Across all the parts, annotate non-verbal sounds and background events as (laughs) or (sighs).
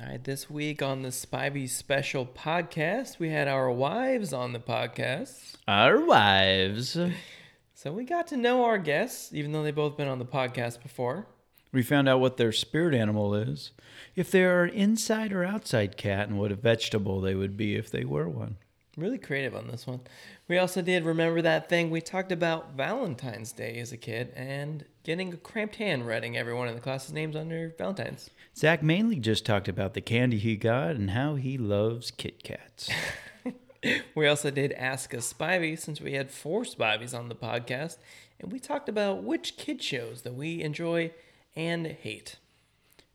All right, this week on the Spivey Special podcast, we had our wives on the podcast. Our wives. So we got to know our guests, even though they've both been on the podcast before. We found out what their spirit animal is, if they are an inside or outside cat, and what a vegetable they would be if they were one. Really creative on this one. We also did remember that thing we talked about Valentine's Day as a kid and getting a cramped handwriting everyone in the class's names under Valentine's. Zach mainly just talked about the candy he got and how he loves Kit Kats. We also did Ask a Spivey since we had four Spiveys on the podcast, and we talked about which kid shows that we enjoy and hate.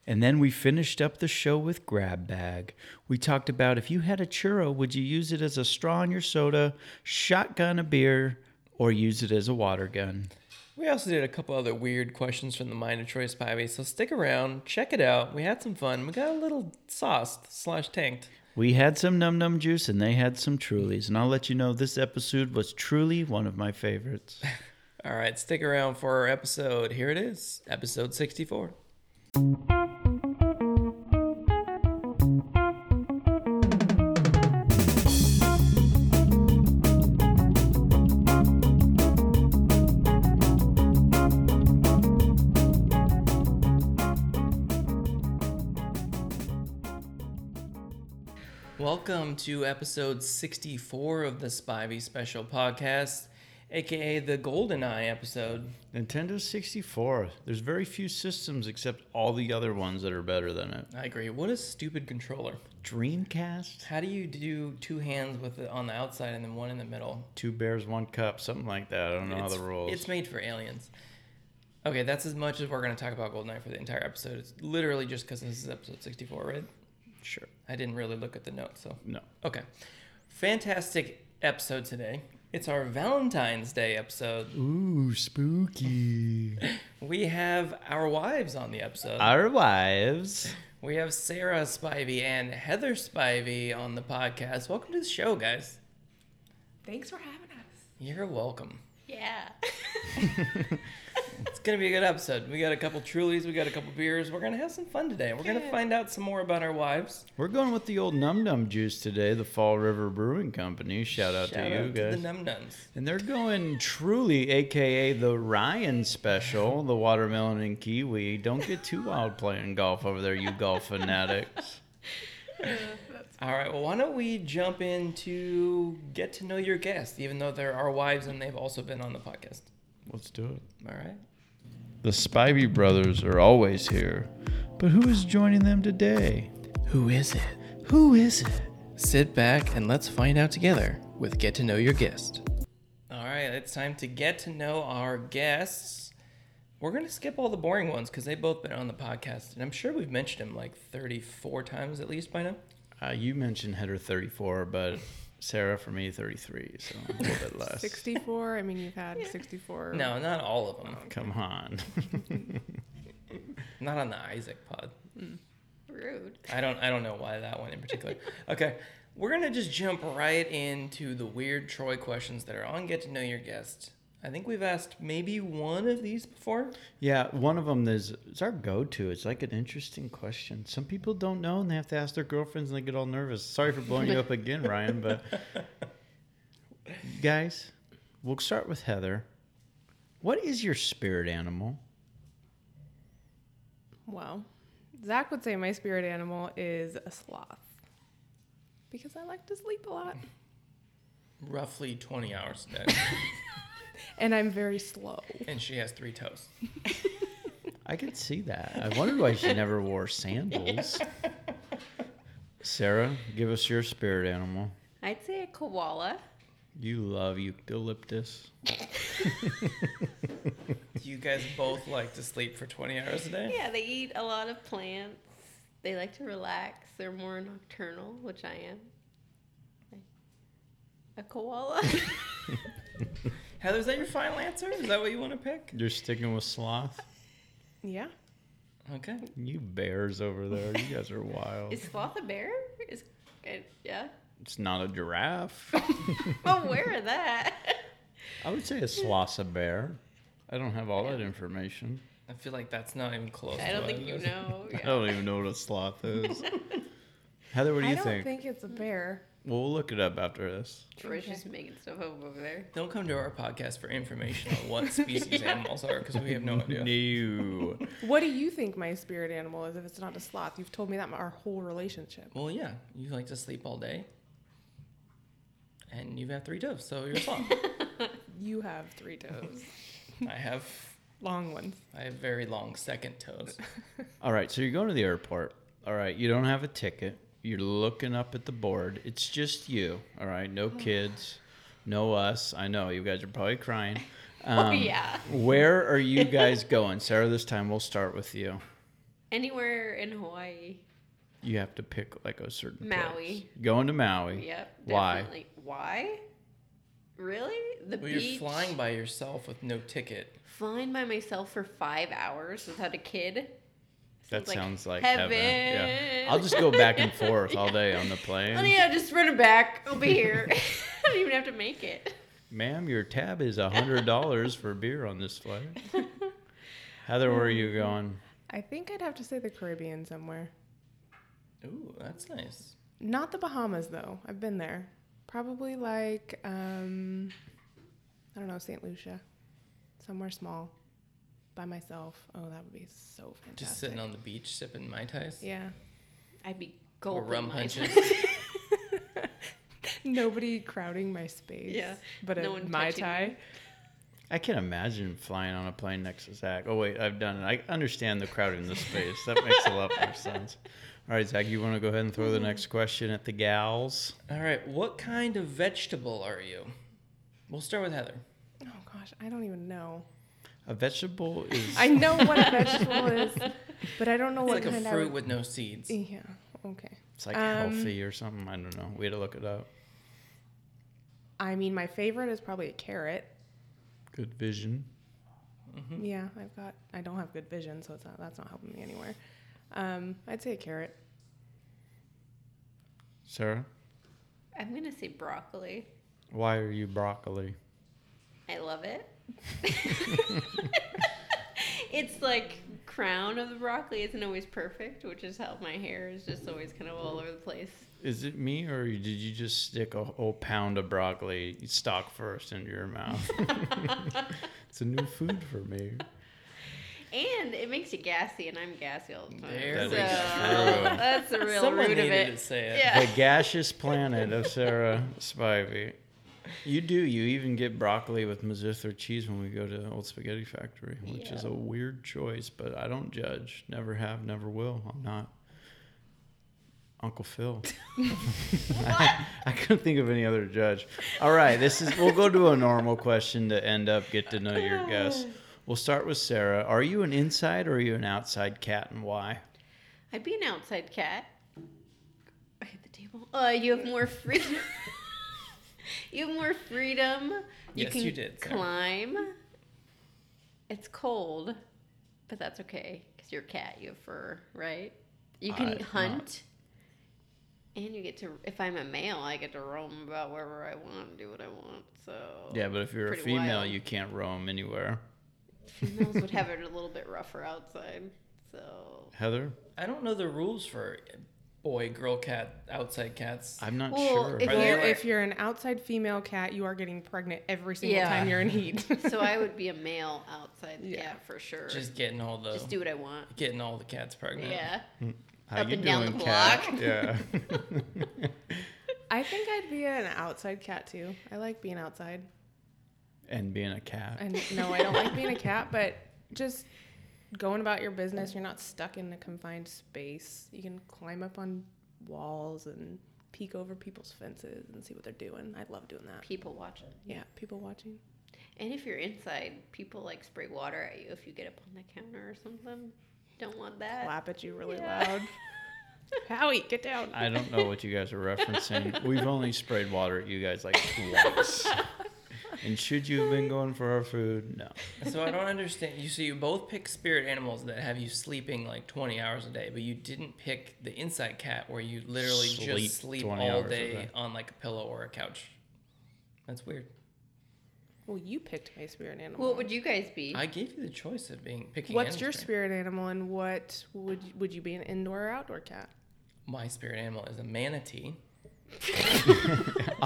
and then we finished up the show with Grab Bag. We talked about if you had a churro, would you use it as a straw in your soda, shotgun a beer, or use it as a water gun? We also did a couple other weird questions from the mind of Troy Spivey, so stick around, check it out. We had some fun. We got a little sauced slash tanked. We had some num num juice and they had some Trulies, and I'll let you know this episode was truly one of my favorites. All right, stick around for our episode. Here it is, episode 64. Welcome to episode 64 of the Spivey Special Podcast, aka the GoldenEye episode. (laughs) Nintendo 64. There's very few systems except all the other ones that are better than it. I agree. What a stupid controller. Dreamcast? How do you do two hands with it on the outside and then one in the middle? Two bears, one cup, something like that. I don't know it's, how the rules. It's made for aliens. Okay, that's as much as we're going to talk about GoldenEye for the entire episode. It's literally just because this is episode 64, right? sure. I didn't really look at the notes, so. No. Okay. Fantastic episode today. It's our Valentine's Day episode. Ooh, spooky. We have our wives on the episode. (laughs) Our wives. We have Sarah Spivey and Heather Spivey on the podcast. Welcome to the show, guys. Thanks for having us. You're welcome. Yeah. (laughs) It's gonna be a good episode. We got a couple Trulies, we got a couple beers. We're gonna have some fun today. We're gonna Good. find out some more about our wives. We're going with the old Num Num juice today, the Fall River Brewing Company. Shout out Shout to you out guys. to the Num Nuns. And they're going truly, aka the Ryan special, the watermelon and kiwi. Don't get too wild playing golf over there, you golf fanatics. All right. Well, why don't we jump into get to know your guests, even though they're our wives and they've also been on the podcast. Let's do it. All right. The Spivey brothers are always here, but who is joining them today? Who is it? Who is it? Sit back and let's find out together with Get to Know Your Guest. All right, it's time to get to know our guests. We're going to skip all the boring ones because they've both been on the podcast, and I'm sure we've mentioned them like 34 times at least by now. Uh, you mentioned Header 34, but Sarah for me 33, so a little bit less. 64. I mean, you've had 64. No, not all of them. Come on. Not on the Isaac pod. Rude. I don't I don't know why that one in particular. okay. We're gonna just jump right into the weird Troy questions that are on Get to Know Your Guest. I think we've asked maybe one of these before. Yeah, one of them is it's our go-to. It's like an interesting question. Some people don't know and they have to ask their girlfriends and they get all nervous. Sorry for blowing you up again, Ryan, but guys, we'll start with Heather. What is your spirit animal? Well, Zach would say my spirit animal is a sloth because I like to sleep a lot Roughly twenty hours a (laughs) day. and I'm very slow. and she has three toes. I could see that. I wondered why she never wore sandals. Sarah, give us your spirit animal. I'd say a koala. You love eucalyptus. You guys both like to sleep for twenty hours a day? Yeah, they eat a lot of plants. They like to relax. They're more nocturnal, which I am. A koala. Heather, is that your final answer? Is that what you want to pick? You're sticking with sloth? Yeah. Okay. You bears over there. You guys are wild. Is sloth a bear? Is uh, yeah. It's not a giraffe. I'm aware of that. I would say a sloth's a bear. I don't have all that information. I feel like that's not even close. I to don't think it. you know. I Yeah. (laughs) don't even know what a sloth is. Heather, what do I you don't think? think it's a bear. Well, we'll look it up after this. Or it's just making stuff up over there. Don't come to our podcast for information on what (laughs) species animals are because we have no (laughs) idea. No. What do you think my spirit animal is if it's not a sloth? You've told me that my- our whole relationship. Well, yeah, you like to sleep all day, and you've had three doves, so you're (laughs) sloth. You have (laughs) three toes, I have long ones. I have very long second (laughs) toes. All right, so you go to the airport. All right, you don't have a ticket. You're looking up at the board. It's just you. All right, (sighs) no kids, no us. I know you guys are probably crying. Um, (laughs) oh yeah. Where are (laughs) you guys going, Sarah? This time we'll start with you. Anywhere in Hawaii. You have to pick like a certain Maui. place. Going to Maui. Yep. Why? Definitely. Why? Really? The Well, beach. you're flying by yourself with no ticket. Flying by myself for five hours without a kid. That Sounds sounds like like heaven. heaven. (laughs) Yeah. I'll just go back and forth all day on the Oh plane. yeah, just run it back. I'll be here. (laughs) I don't even have to make it. Ma'am, your tab is a hundred dollars for beer on this flight. Heather, where are you going? I think I'd have to say the Caribbean somewhere. Ooh, that's nice. Not the Bahamas though. I've been there. Probably like um, I don't know, St. Lucia, somewhere small, by myself. Oh, that would be so fantastic. Just sitting on the beach sipping mai tais. Yeah. I'd be Or golden. rum like- punches. Nobody crowding my space. Yeah. But a No one mai touching tai. I can imagine flying on a plane next to Zach. Oh wait, I've done it. I understand the crowd in this space. That makes a lot more sense. All right, Zach, you want to go ahead and throw the next question at the gals? All right, what kind of vegetable are you? We'll start with Heather. Oh gosh, I don't even know. A vegetable is I know what (laughs) a vegetable is, but I Oh, don't know It's like what a kind fruit I would... with no seeds. Yeah. Okay. it's like Um, healthy or something. I don't know. We had to look it up. I mean, my favorite is probably a carrot. Good vision. Mm-hmm. Yeah, I've got. I don't have good vision, so it's not. That's not helping me anywhere. Um, I'd say a carrot. Sarah, (laughs) I'm gonna say broccoli. why are you broccoli? I (laughs) love it. (laughs) it's like crown of the broccoli isn't always perfect, which is how my hair is just always kind of all over the place. Is it me or did you just stick a whole pound of broccoli stock first into your mouth? (laughs) it's a new food for me. And it makes you gassy, and I'm gassy all the time. There we so go. (laughs) that's the real Someone root of needed it. to say it. Yeah. The gaseous planet of Sarah Spivey. You do. You even get broccoli with Mazzuthar cheese when we go to Old Spaghetti Factory, which is a weird choice, but I don't judge. Never have, never will. I'm not Uncle (laughs) Phil. (laughs) I, I couldn't think of any other judge. All right, this is. We'll go to a normal question to end up get to know your (sighs) guests. We'll start with Sarah. Are you an inside or are you an outside cat, and why? I'd be an outside cat. I hit the table. Uh, you have more freedom. (laughs) you have more freedom. Yes, you did, Sarah. Climb. It's cold, but that's okay because you're a cat. You have fur, right? You I can have not. hunt. And you get to, if I'm a male, I get to roam about wherever I want, do what I want. So Yeah, but if you're a Pretty female, wild. you can't roam anywhere. females would have it a little bit rougher outside. So Heather, I don't know the rules for boy, girl, cat, outside cats. I'm not Well, sure. if Are they Or you're, like- if you're an outside female cat, you are getting pregnant every single Yeah. time you're in (laughs) heat. so I would be a male (laughs) outside Yeah. cat for sure. Just getting all the just do what I want. getting all the cats pregnant. Yeah. How up and down the block. Yeah. (laughs) (laughs) I think I'd be an outside cat too. I like being outside. and being a cat. And no, I don't like being a cat, but just going about your business, you're not stuck in a confined space. You can climb up on walls and peek over people's fences and see what they're doing. I love doing that. People watching. Yeah, people watching. And if you're inside, people like spray water at you if you get up on the counter or something. Don't want that. Clap at you really Uh, Yeah. (laughs) loud. Howie, get down. I don't know what you guys are (laughs) referencing. We've only sprayed water at you guys like twice. and should you have been going for our food? No. (laughs) So I don't understand. You see, you both pick spirit animals that have you sleeping like 20 hours a day, but you didn't pick the inside cat where you literally Sleep just sleep 20 all hours a day day. on like a pillow or a couch. That's weird. Well, you picked my spirit animal. What would you guys be? I gave you the choice of being picking. What's animals, your right? spirit animal, and what would would you be an indoor or outdoor cat? my spirit animal is a manatee.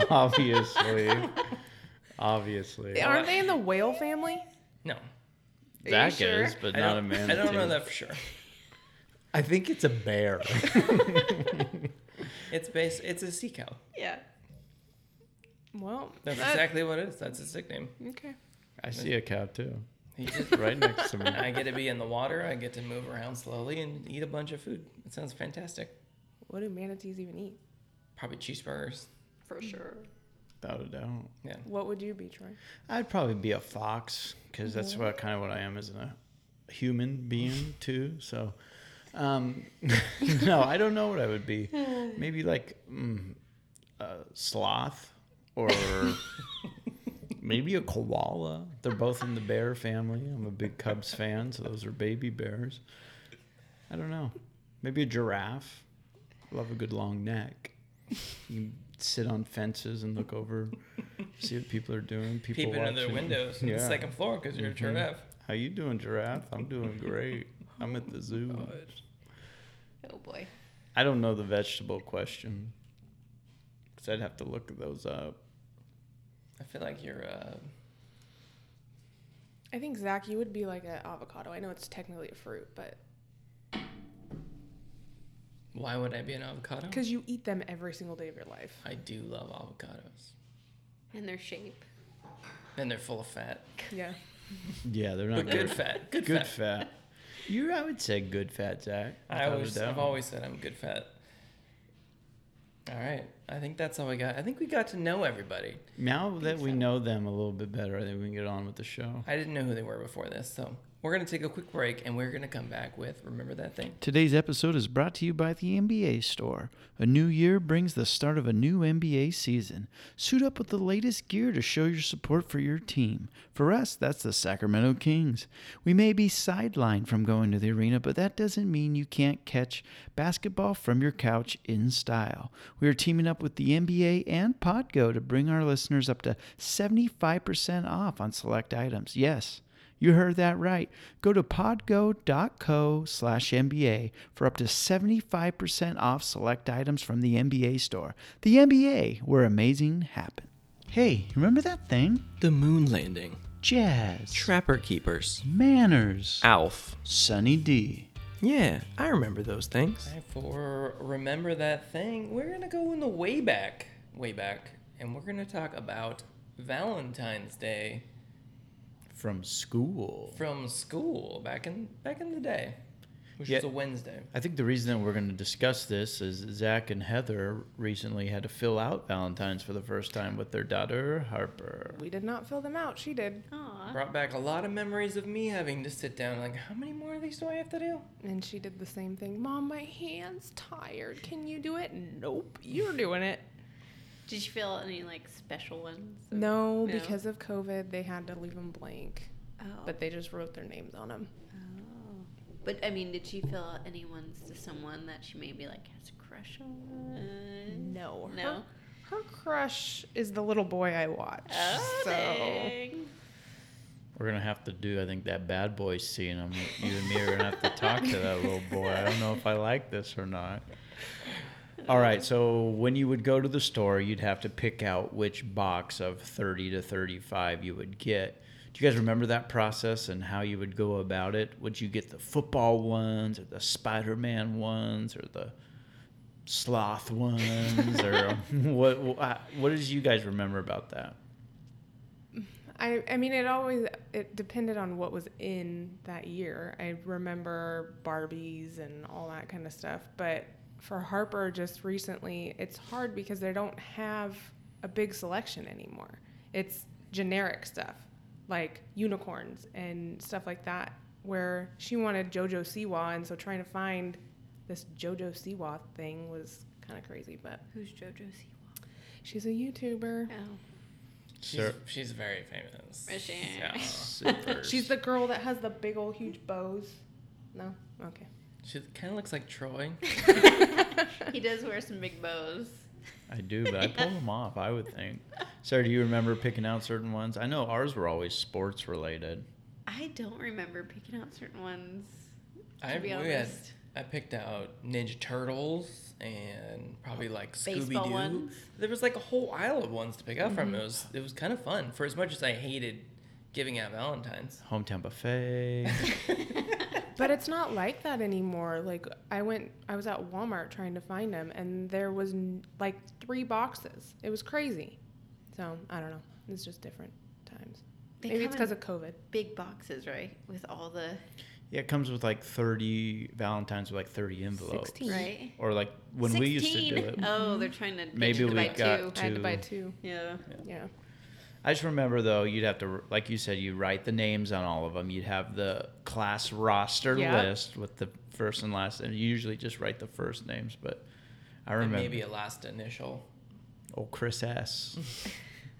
Obviously. Obviously. Aren't they in the whale family? No, you That sure? goes, but I not a don't- (laughs) man. I don't know that for sure. I think it's a bear. It's based. It's a sea cow. Yeah. Well, That's that- exactly what it is. That's its nickname. Okay. (laughs) I see a cow too, He just- right next to me. (laughs) I get to be in the water. I get to move around slowly and eat a bunch of food. It sounds fantastic. What do manatees even eat? Probably cheeseburgers. For sure. Without a doubt. Yeah. What would you be, Troy? I'd probably be a fox because that's what kind of what I am as a human being too. So, um, (laughs) no, I don't know what I would be. Maybe like mm, a sloth (laughs) or maybe a koala. They're both in the bear family. I'm a big Cubs fan, so those are baby bears. I don't know. Maybe a giraffe. Love a good long neck. You can sit on fences and look over, see what people are doing. People Peep into their watching. windows on Yeah. Mm-hmm. the second floor because you're a giraffe. How you doing, giraffe? I'm doing great. I'm at the zoo. Oh, Oh boy. I don't know the vegetable question because I'd have to look those up. I feel like you're. Uh, I think Zach, you would be like an avocado. I know it's technically a fruit, but why would I be an avocado? because you eat them every single day of your life. (laughs) I do love avocados. And their shape. And they're full of fat, Yeah. Yeah, they're (laughs) not but good good. fat. (laughs) Good, Good fat. fat. You, I would say good fat, Zach. I without a always, doubt. I've always said I'm good fat. All right, I think that's all we got. I think we got to know everybody. Now that we so. know them a little bit better, I think we can get on with the show. I didn't know who they were before this, so we're gonna take a quick break and we're gonna come back with remember that thing. Today's episode is brought to you by the NBA Store. A new year brings the start of a new NBA season. Suit up with the latest gear to show your support for your team. For us, that's the Sacramento Kings. We may be sidelined from going to the arena, but that doesn't mean you can't catch basketball from your couch in style. We are teaming up with the NBA and Podgo to bring our listeners up to 75% off on select items. Yes. You heard that right. Go to podgo.co slash MBA for up to 75% off select items from the MBA store. The MBA, where amazing happen. Hey, remember that thing? The moon landing, Jazz, trapper keepers, manners, Alf. Sunny D. Yeah, I remember those things. For remember that thing, we're gonna go in the way back, way back, and we're gonna talk about Valentine's Day From school. from school back in back in the day, which Yeah. was a Wednesday. I think the reason that we're going to discuss this is Zach and Heather recently had to fill out Valentine's for the first time with their daughter, Harper. We did not fill them out. She did. Aw. Brought back a lot of memories of me having to sit down like, how many more of these do I have to do? And she did the same thing. Mom, my hand's tired. Can you do it? Nope. You're doing it. Did you feel any like special ones? or- No, because of COVID, they had to leave them blank, Oh. but they just wrote their names on them. Oh. But I mean, did she feel any ones to someone that she maybe like has a crush on? No. No. Her, her crush is the little boy I watch. Oh, so dang. We're gonna have to do, I think, that bad boy scene. I'm, you and me are gonna have to talk to that little boy. I don't know if I like this or not. All right, so when you would go to the store, you'd have to pick out which box of 30 to 35 you would get. Do you guys remember that process and how you would go about it? Would you get the football ones or the Spider Man ones or the sloth ones or what, what? What did you guys remember about that? I, I mean, it always it depended on what was in that year. I remember Barbies and all that kind of stuff. But for Harper, just recently, it's hard because they don't have a big selection anymore. It's generic stuff like unicorns and stuff like that. Where she wanted JoJo Siwa, and so trying to find this JoJo Siwa thing was kind of crazy. But Who's JoJo Siwa? she's a YouTuber. Oh. She's, Sir- she's very famous. Is she? Yeah. She's the girl that has the big old huge bows. No? Okay. She kind of looks like (laughs) Troy. (laughs) he does wear some big bows. I do, but (laughs) I pull them off. I would think. Sarah, do you remember picking out certain ones? I know ours were always sports related. I don't remember picking out certain ones. To I, we be had honest. I picked out Ninja Turtles and probably like Baseball Scooby Doo. ones. Mm-hmm. There was like a whole aisle of ones to pick up from. It was it was kind of fun. For as much as I hated giving out Valentines, (laughs) Hometown buffet. But it's not like that anymore. Like I went, I was at Walmart trying to find them, and there was n- like three boxes. It was crazy. So I don't know. It's just different times. They Maybe come it's because in of COVID. big boxes, right? With all the yeah, it comes with like 30 Valentines with like 30 envelopes. 16. right. Or like when we used to do 16. it. (laughs) Oh, they're trying to get Maybe you to we buy got two. I had to buy To- two. Yeah. Yeah. I just remember though, you'd have to, like you said, you write the names on all of them. You'd have the class roster Yeah. list with the first and last, and you usually just write the first names. But I and remember, maybe a last initial. oh Chris S.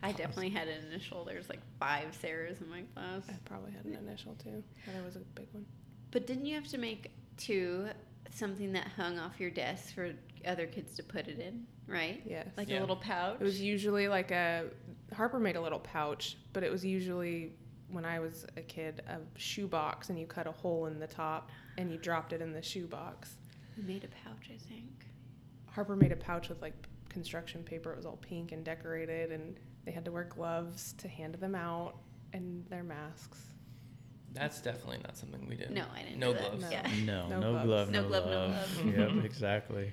I definitely had an initial. There's like five Sarahs in my class. I probably had an initial too. That was a big one. But didn't you have to make two something that hung off your desk for other kids to put it in, right? Yes. Like Yeah. a little pouch. It was usually like a Harper made a little pouch, but it was usually when I was a kid a shoebox, and you cut a hole in the top and you dropped it in the shoebox. We made a pouch, I think. Harper made a pouch with like construction paper. It was all pink and decorated, and they had to wear gloves to hand them out and their masks. That's definitely not something we did. No, I didn't. No do that. gloves. Yeah. (laughs) (laughs) (laughs) No, No no, gloves. glove, No no, glove, no love. (laughs) yep, exactly.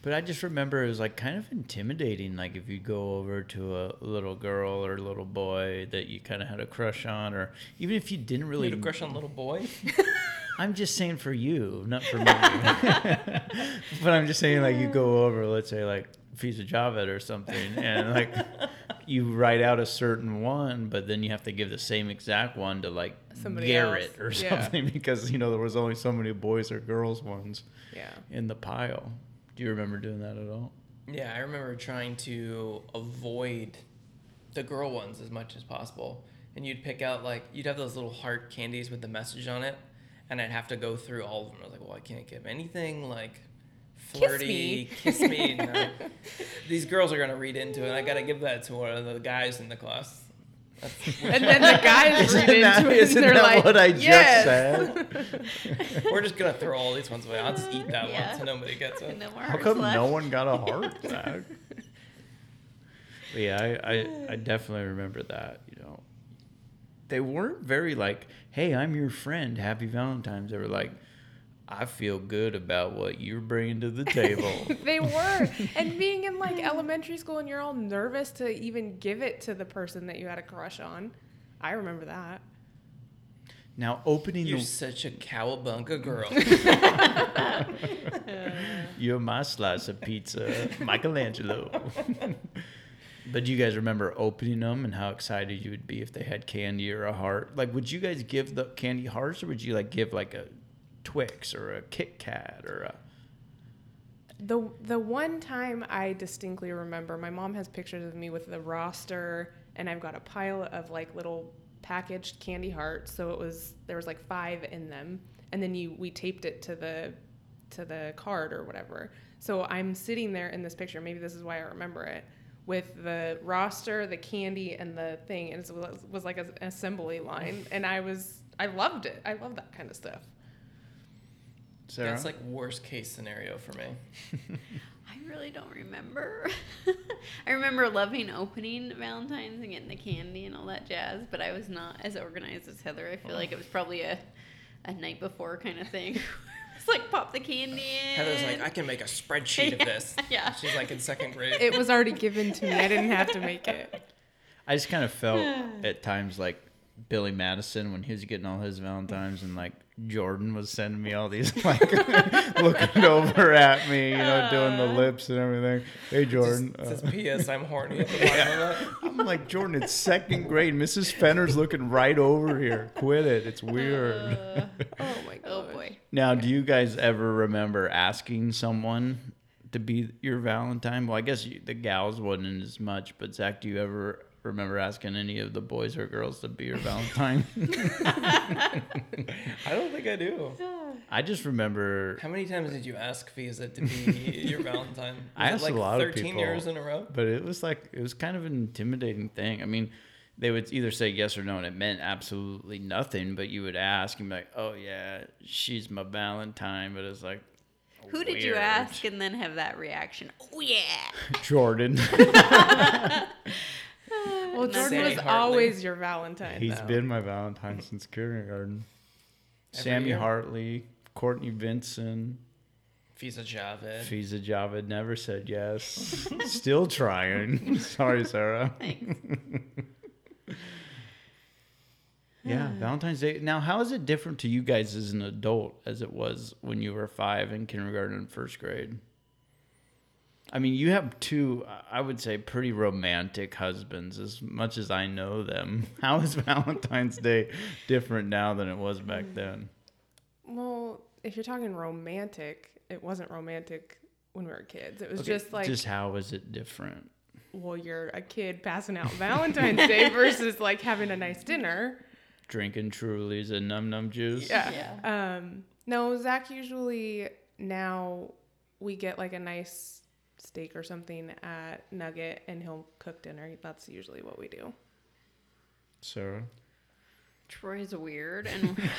But I just remember it was like kind of intimidating. Like if you go over to a little girl or a little boy that you kind of had a crush on, or even if you didn't You really. had a crush on little boy. I'm just saying for you, not for me. (laughs) but I'm just saying like you go over, let's say like Visa Javet or something, and like you write out a certain one, but then you have to give the same exact one to like Somebody Garrett else. or Yeah. something because you know there was only so many boys or girls ones Yeah. in the pile. Do you remember doing that at all? Yeah, I remember trying to avoid the girl ones as much as possible. And you'd pick out like you'd have those little heart candies with the message on it, and I'd have to go through all of them. I was like, well, I can't give anything like flirty, kiss me. (laughs) no. These girls are gonna read into it. I gotta give that to one of the guys in the class. That's, (laughs) And then the guys read into it. (laughs) isn't and they're that like, what I just "Yes!" said? we're just gonna throw all these ones away. I'll just eat that Yeah. one so nobody gets it. No more How come left. no one (laughs) got a (laughs) heart back? But yeah, I, (sighs) I, I definitely remember that. You know, they weren't very like, "Hey, I'm your friend. Happy Valentine's." They were like, "I feel good about what you're bringing to (laughs) the table." (laughs) They were. And being in like elementary school and you're all nervous to even give it to the person that you had a crush on. I remember that. now opening You're the such a cowabunga girl. You're my slice of pizza, Michelangelo. (laughs) but do you guys remember opening them and how excited you would be if they had candy or a heart? Like, would you guys give the candy hearts or would you like give like a Twix or a Kit Kat or a? The the one time I distinctly remember, my mom has pictures of me with the roster, and I've got a pile of like little packaged candy hearts. So it was there was like five in them, and then you we taped it to the to the card or whatever. So I'm sitting there in this picture. Maybe this is why I remember it with the roster, the candy, and the thing, and it was, was like an assembly line, and I was I loved it. I love that kind of stuff. Sarah? That's like worst case scenario for me. I really don't remember. (laughs) I remember loving opening Valentine's and getting the candy and all that jazz, but I was not as organized as Heather. I feel like it was probably a, a night before kind of thing. (laughs) it's like pop the candy in. Heather's like, I can make a spreadsheet of this. (laughs) Yeah. She's like in second grade. It was already given to me. I didn't have to make it. I just kind of felt at times like Billy Madison when he was getting all his Valentines and like Jordan was sending me all these (laughs) like looking over at me, you know, doing the lips and everything. Hey, Jordan. It says uh, P.S. I'm horny. (laughs) At the bottom of I'm like, Jordan, it's second grade. Mrs. Fenner's looking right over here. Quit it. It's weird. Uh, Oh my god. oh boy. Now, do you guys ever remember asking someone to be your Valentine? Well, I guess you, the gals wasn't as much, but Zach, do you ever remember asking any of the boys or girls to be your Valentine? (laughs) it. I don't think I do. I just remember, How many times did you ask Fiza to (laughs) be your Valentine? Was I it asked a like lot of 13 people. years in a row. but it was like, it was kind of an intimidating thing. I mean, they would either say yes or no, and it meant absolutely nothing. But you would ask and be like, "Oh yeah, she's my Valentine," but it's like, (laughs) Who did you Weird. ask and then have that reaction? Oh yeah. (laughs) Jordan, Well, Jordan Not Sammy was Hartley. always your Valentine. he's though. been my Valentine since kindergarten. Every Sammy year? Hartley, Courtney Vinson, Fisa Javed. Fiza Javid never said (laughs) yes. Still trying. (laughs) Sorry, Sarah. Thanks. Yeah, Mm. Valentine's Day. Now, how is it different to you guys as an adult as it was when you were five in kindergarten and first grade? I mean, you have two, I- I would say, pretty romantic husbands as much as I know them. (laughs) How is Valentine's Day different now than it was back Mm. then? Well, if you're talking romantic, it wasn't romantic when we were kids. It was Okay, just like, just how is it different? well, you're a kid passing out Valentine's (laughs) Day versus like having a nice dinner. Drinking Truly's and num num juice? Yeah. Um, no, Zach usually now we get like a nice steak or something at Nugget and he'll cook dinner. That's usually what we do. Sarah? Troy's (laughs) weird and (laughs)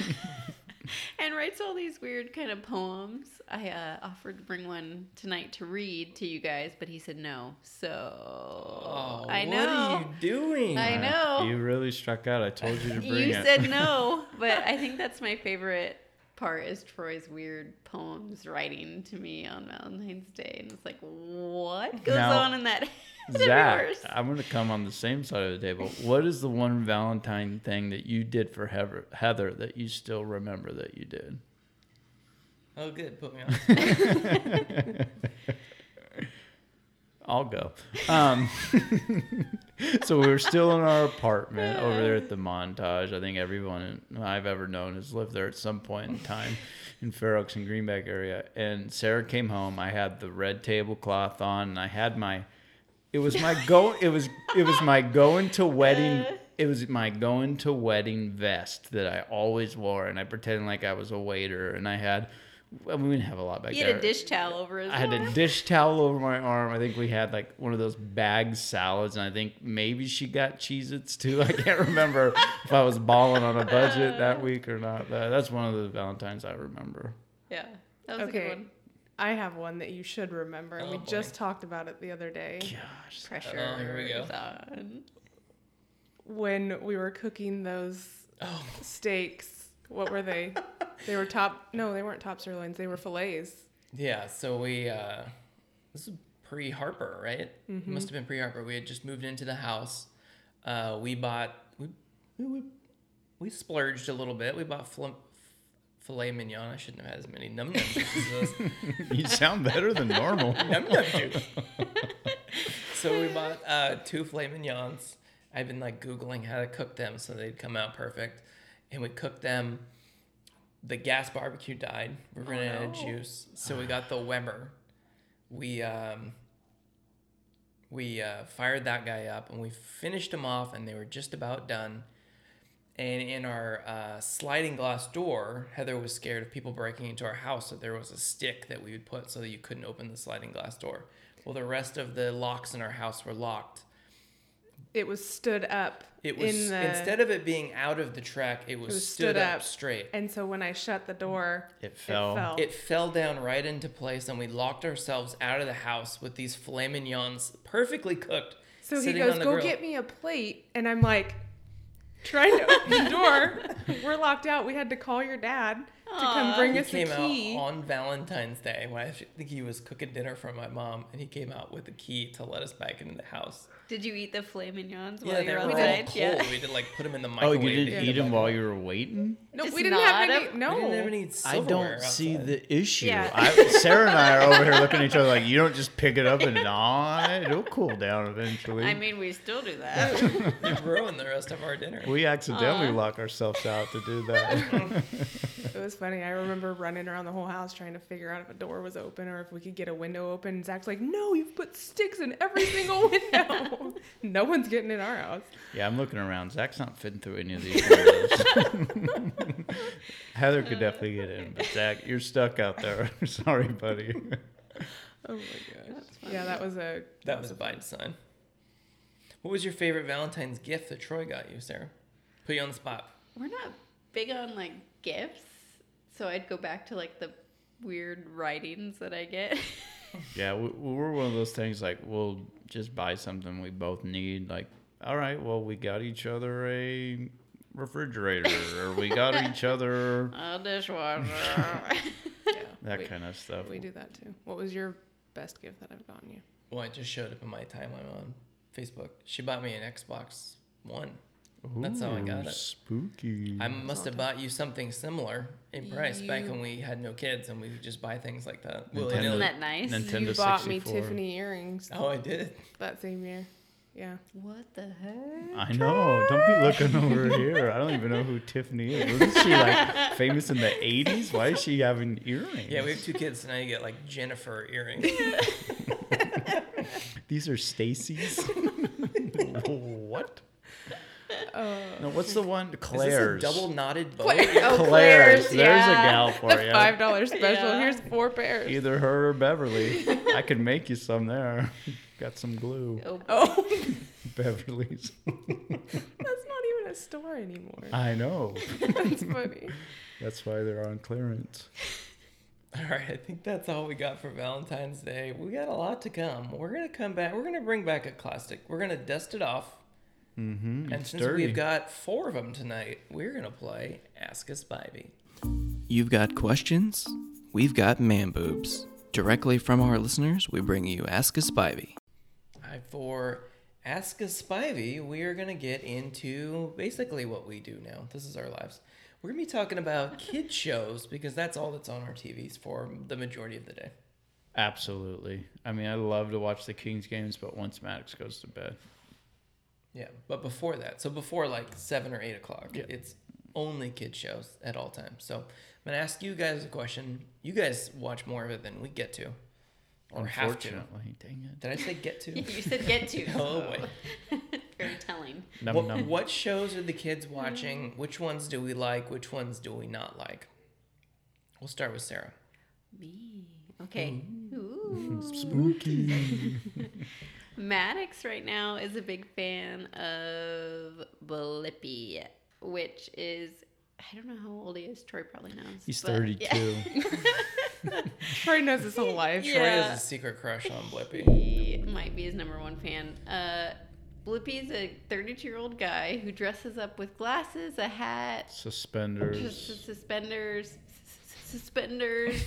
and writes all these weird kind of poems. I uh, offered to bring one tonight to read to you guys, but he said no. So Oh, I What know. are you doing? I know. You really struck out. I told (laughs) you to bring You it. (laughs) said no, but I think that's my favorite part is Troy's weird poems writing to me on Valentine's Day, and it's like, what goes Now, on in that (laughs) head of Zach, yours? I'm gonna come on the same side of the table. What is the one Valentine thing that you did for Heather, Heather that you still remember that you did? Oh, good. Put me on. I'll go. Um, (laughs) so we were still in our apartment over there at the montage. I think everyone I've ever known has lived there at some point in time in Fair Oaks and Greenback area. And Sarah came home. I had the red tablecloth on, and I had my. It was my go. It was it was my going to wedding. Uh. It was my going to wedding vest that I always wore, and I pretended like I was a waiter, and I had. Well, we didn't have a lot back He there. had a dish towel over his I had a arm. dish towel over my arm. I think we had like one of those bag salads, and I think maybe she got Cheez Its too. I can't remember if I was balling on a budget that week or not. That- That's one of the Valentines I remember. Yeah, that was a Okay. good one. I have one that you should remember, and Oh, we boy. just talked about it the other day. Gosh. Pressure. Oh, here we go. is on. When we were cooking those Oh. steaks, what (laughs) were they? they were top, no, they weren't top sirloins, they were fillets. Yeah, so we uh this is pre Harper, right? It must have been pre Harper. We had just moved into the house. Uh we bought we we, we, we splurged a little bit. We bought fl- filet mignon. I shouldn't have had as many num num juices. (laughs) You sound better than normal. num num juice. so we bought uh two filet mignons. I've been like googling how to cook them so they'd come out perfect. And we cooked them the gas barbecue died. We ran out of juice, so we got the Weber. We um, we uh, fired that guy up, and we finished him off, and they were just about done. And in our uh, sliding glass door, Heather was scared of people breaking into our house. That there was a stick that we would put so that you couldn't open the sliding glass door. Well, the rest of the locks in our house were locked. It was stood up. It was in the, instead of it being out of the track, it was, was stood, stood up, up. straight. And so when I shut the door, It fell. It fell down right into place, and we locked ourselves out of the house with these filet mignons perfectly cooked. So he sitting goes, on the "Go grill." get me a plate," and I'm like, (laughs) trying to open the door. We're locked out. We had to call your dad to come Aw. bring He us the came key. out on Valentine's Day when I sh- think he was cooking dinner for my mom, and he came out with the key to let us back into the house. Did you eat the filet mignons yeah, while you they were were all outside? cold. Yeah. We did like put them in the Oh, microwave. you to didn't get eat them back. while you were waiting? no, Just we didn't have nod any. up. We No, didn't have any I silverware don't (laughs) see outside. the issue. Yeah. I, Sarah and I are over here looking at each other like, you don't just pick it up and gnaw on it. It'll cool down eventually. I mean, we still do that. It ruined the rest of our dinner. we accidentally Aw. lock ourselves out to do that. it was funny. I remember running around the whole house trying to figure out if a door was open or if we could get a window open. And Zach's like, "No, you've put sticks in every single window. (laughs) no one's getting in our house." Yeah, I'm looking around. Zach's not fitting through any of these windows. (laughs) Heather could definitely get in, but Zach, you're stuck out there. (laughs) Sorry, buddy. Oh my gosh. Yeah, that was a That was a bite sign. What was your favorite Valentine's gift that Troy got you, Sarah? Put you on the spot. We're not big on like gifts, so I'd go back to like the weird writings that I get. (laughs) Yeah, we, we're one of those things like we'll just buy something we both need. Like, all right, well, we got each other a refrigerator, or we got (laughs) each other A dishwasher. Yeah. that we, kind of stuff. we do that too. What was your best gift that I've gotten you? Well, it just showed up in my timeline on Facebook. She bought me an Xbox One. That's how I got Ooh, it. Spooky. I must have bought you something similar in price back You- when we had no kids and we would just buy things like that. Nintendo. nilly. Isn't that nice? Nintendo you bought me 64. Tiffany earrings Oh, I did. that same year. Yeah. What the heck? I know. Don't be looking over here. I don't even know who Tiffany is. Wasn't she like famous in the '80s? Why is she having earrings? Yeah, we have two kids, so now you get like Jennifer earrings. These are Stacy's. what? Oh. no, what's the one? Claire's. Claire's. double knotted bow? Claire's. There's a gal for The you. Oh, five dollar special. Yeah. Here's four pairs. Either her or Beverly. I could make you some there. (laughs) Got some glue. Oh, Oh, (laughs) that's Beverly's. not even a store anymore. I know. That's funny. That's why they're on clearance. (laughs) All right, I think that's all we got for Valentine's Day. We got a lot to come. We're gonna come back. We're gonna bring back a classic. We're gonna dust it off. Mm-hmm. And since we've got four of them tonight, we're gonna play Ask Us Bybee. You've got questions. We've got man boobs. Directly from our listeners, we bring you Ask Us Bybee. Hi, for Ask Us Spivey, we are going to get into basically what we do now. This is our lives. We're going to be talking about kid shows because that's all that's on our TVs for the majority of the day. Absolutely. I mean, I love to watch the Kings games, but once Maddox goes to bed, Yeah, but before that, so before like seven or eight o'clock, Yeah. it's only kid shows at all times. So I'm gonna ask you guys a question. You guys watch more of it than we get to, or have to. unfortunately, dang it. Did I say get to? (laughs) you said (laughs) get to. oh so- boy. Very telling. Num, what, (laughs) num. what shows are the Mm. kids watching? Which ones do we like? Which ones do we not like? We'll start with Sarah. Me. Okay. Mm. Ooh. Spooky. Maddox right now is a big fan of Blippi, which is I don't know how old he is. Troy probably knows. He's but- 32. Troy knows his whole (laughs) life. Troy Yeah. has a secret crush (laughs) on Blippi. He might be his number one fan. Uh, Blippi's a 32 year old guy who dresses up with glasses, a hat, (laughs) just Suspenders. suspenders, suspenders,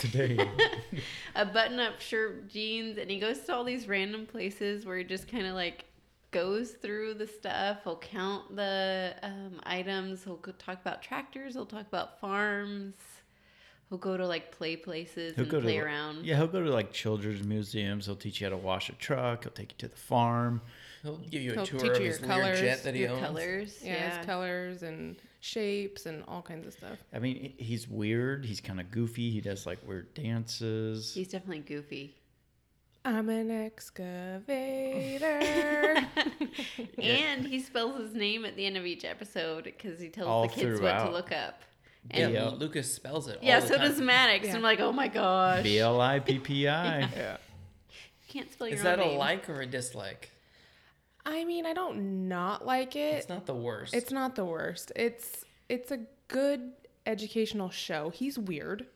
Today. (laughs) a button up shirt, jeans, and he goes to all these random places where he just kind of like goes through the stuff. He'll count the um, items. He'll go talk about tractors. He'll talk about farms. He'll go to like play places and play around. Yeah, he'll go to like children's museums. He'll teach you how to wash a truck. He'll take you to the farm. He'll give you a He'll teach tour of you his your weird colours, jet that he Your owns. colors. Yeah, his colors and shapes and all kinds of stuff. I mean, he- he's weird. He's kind of goofy. He does like weird dances. He's definitely goofy. I'm an (laughs) excavator. And he spells his name at the end of each episode because he tells All the kids what to throughout. look up. Yeah, And Yeah. Lucas spells it. yeah, all so the time. does Maddox. Yeah. I'm like, oh my gosh, B L I P P (laughs) I. can't spell your Is own that a name. like or a dislike? I mean, I don't not like it. It's not the worst. It's not the worst. It's it's a good educational show. He's weird,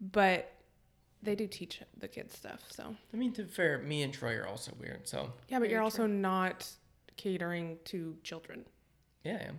but they do teach the kids stuff. So I mean, to be fair, me and Troy are also weird. So yeah, but Very you're also not catering to children. yeah, I am.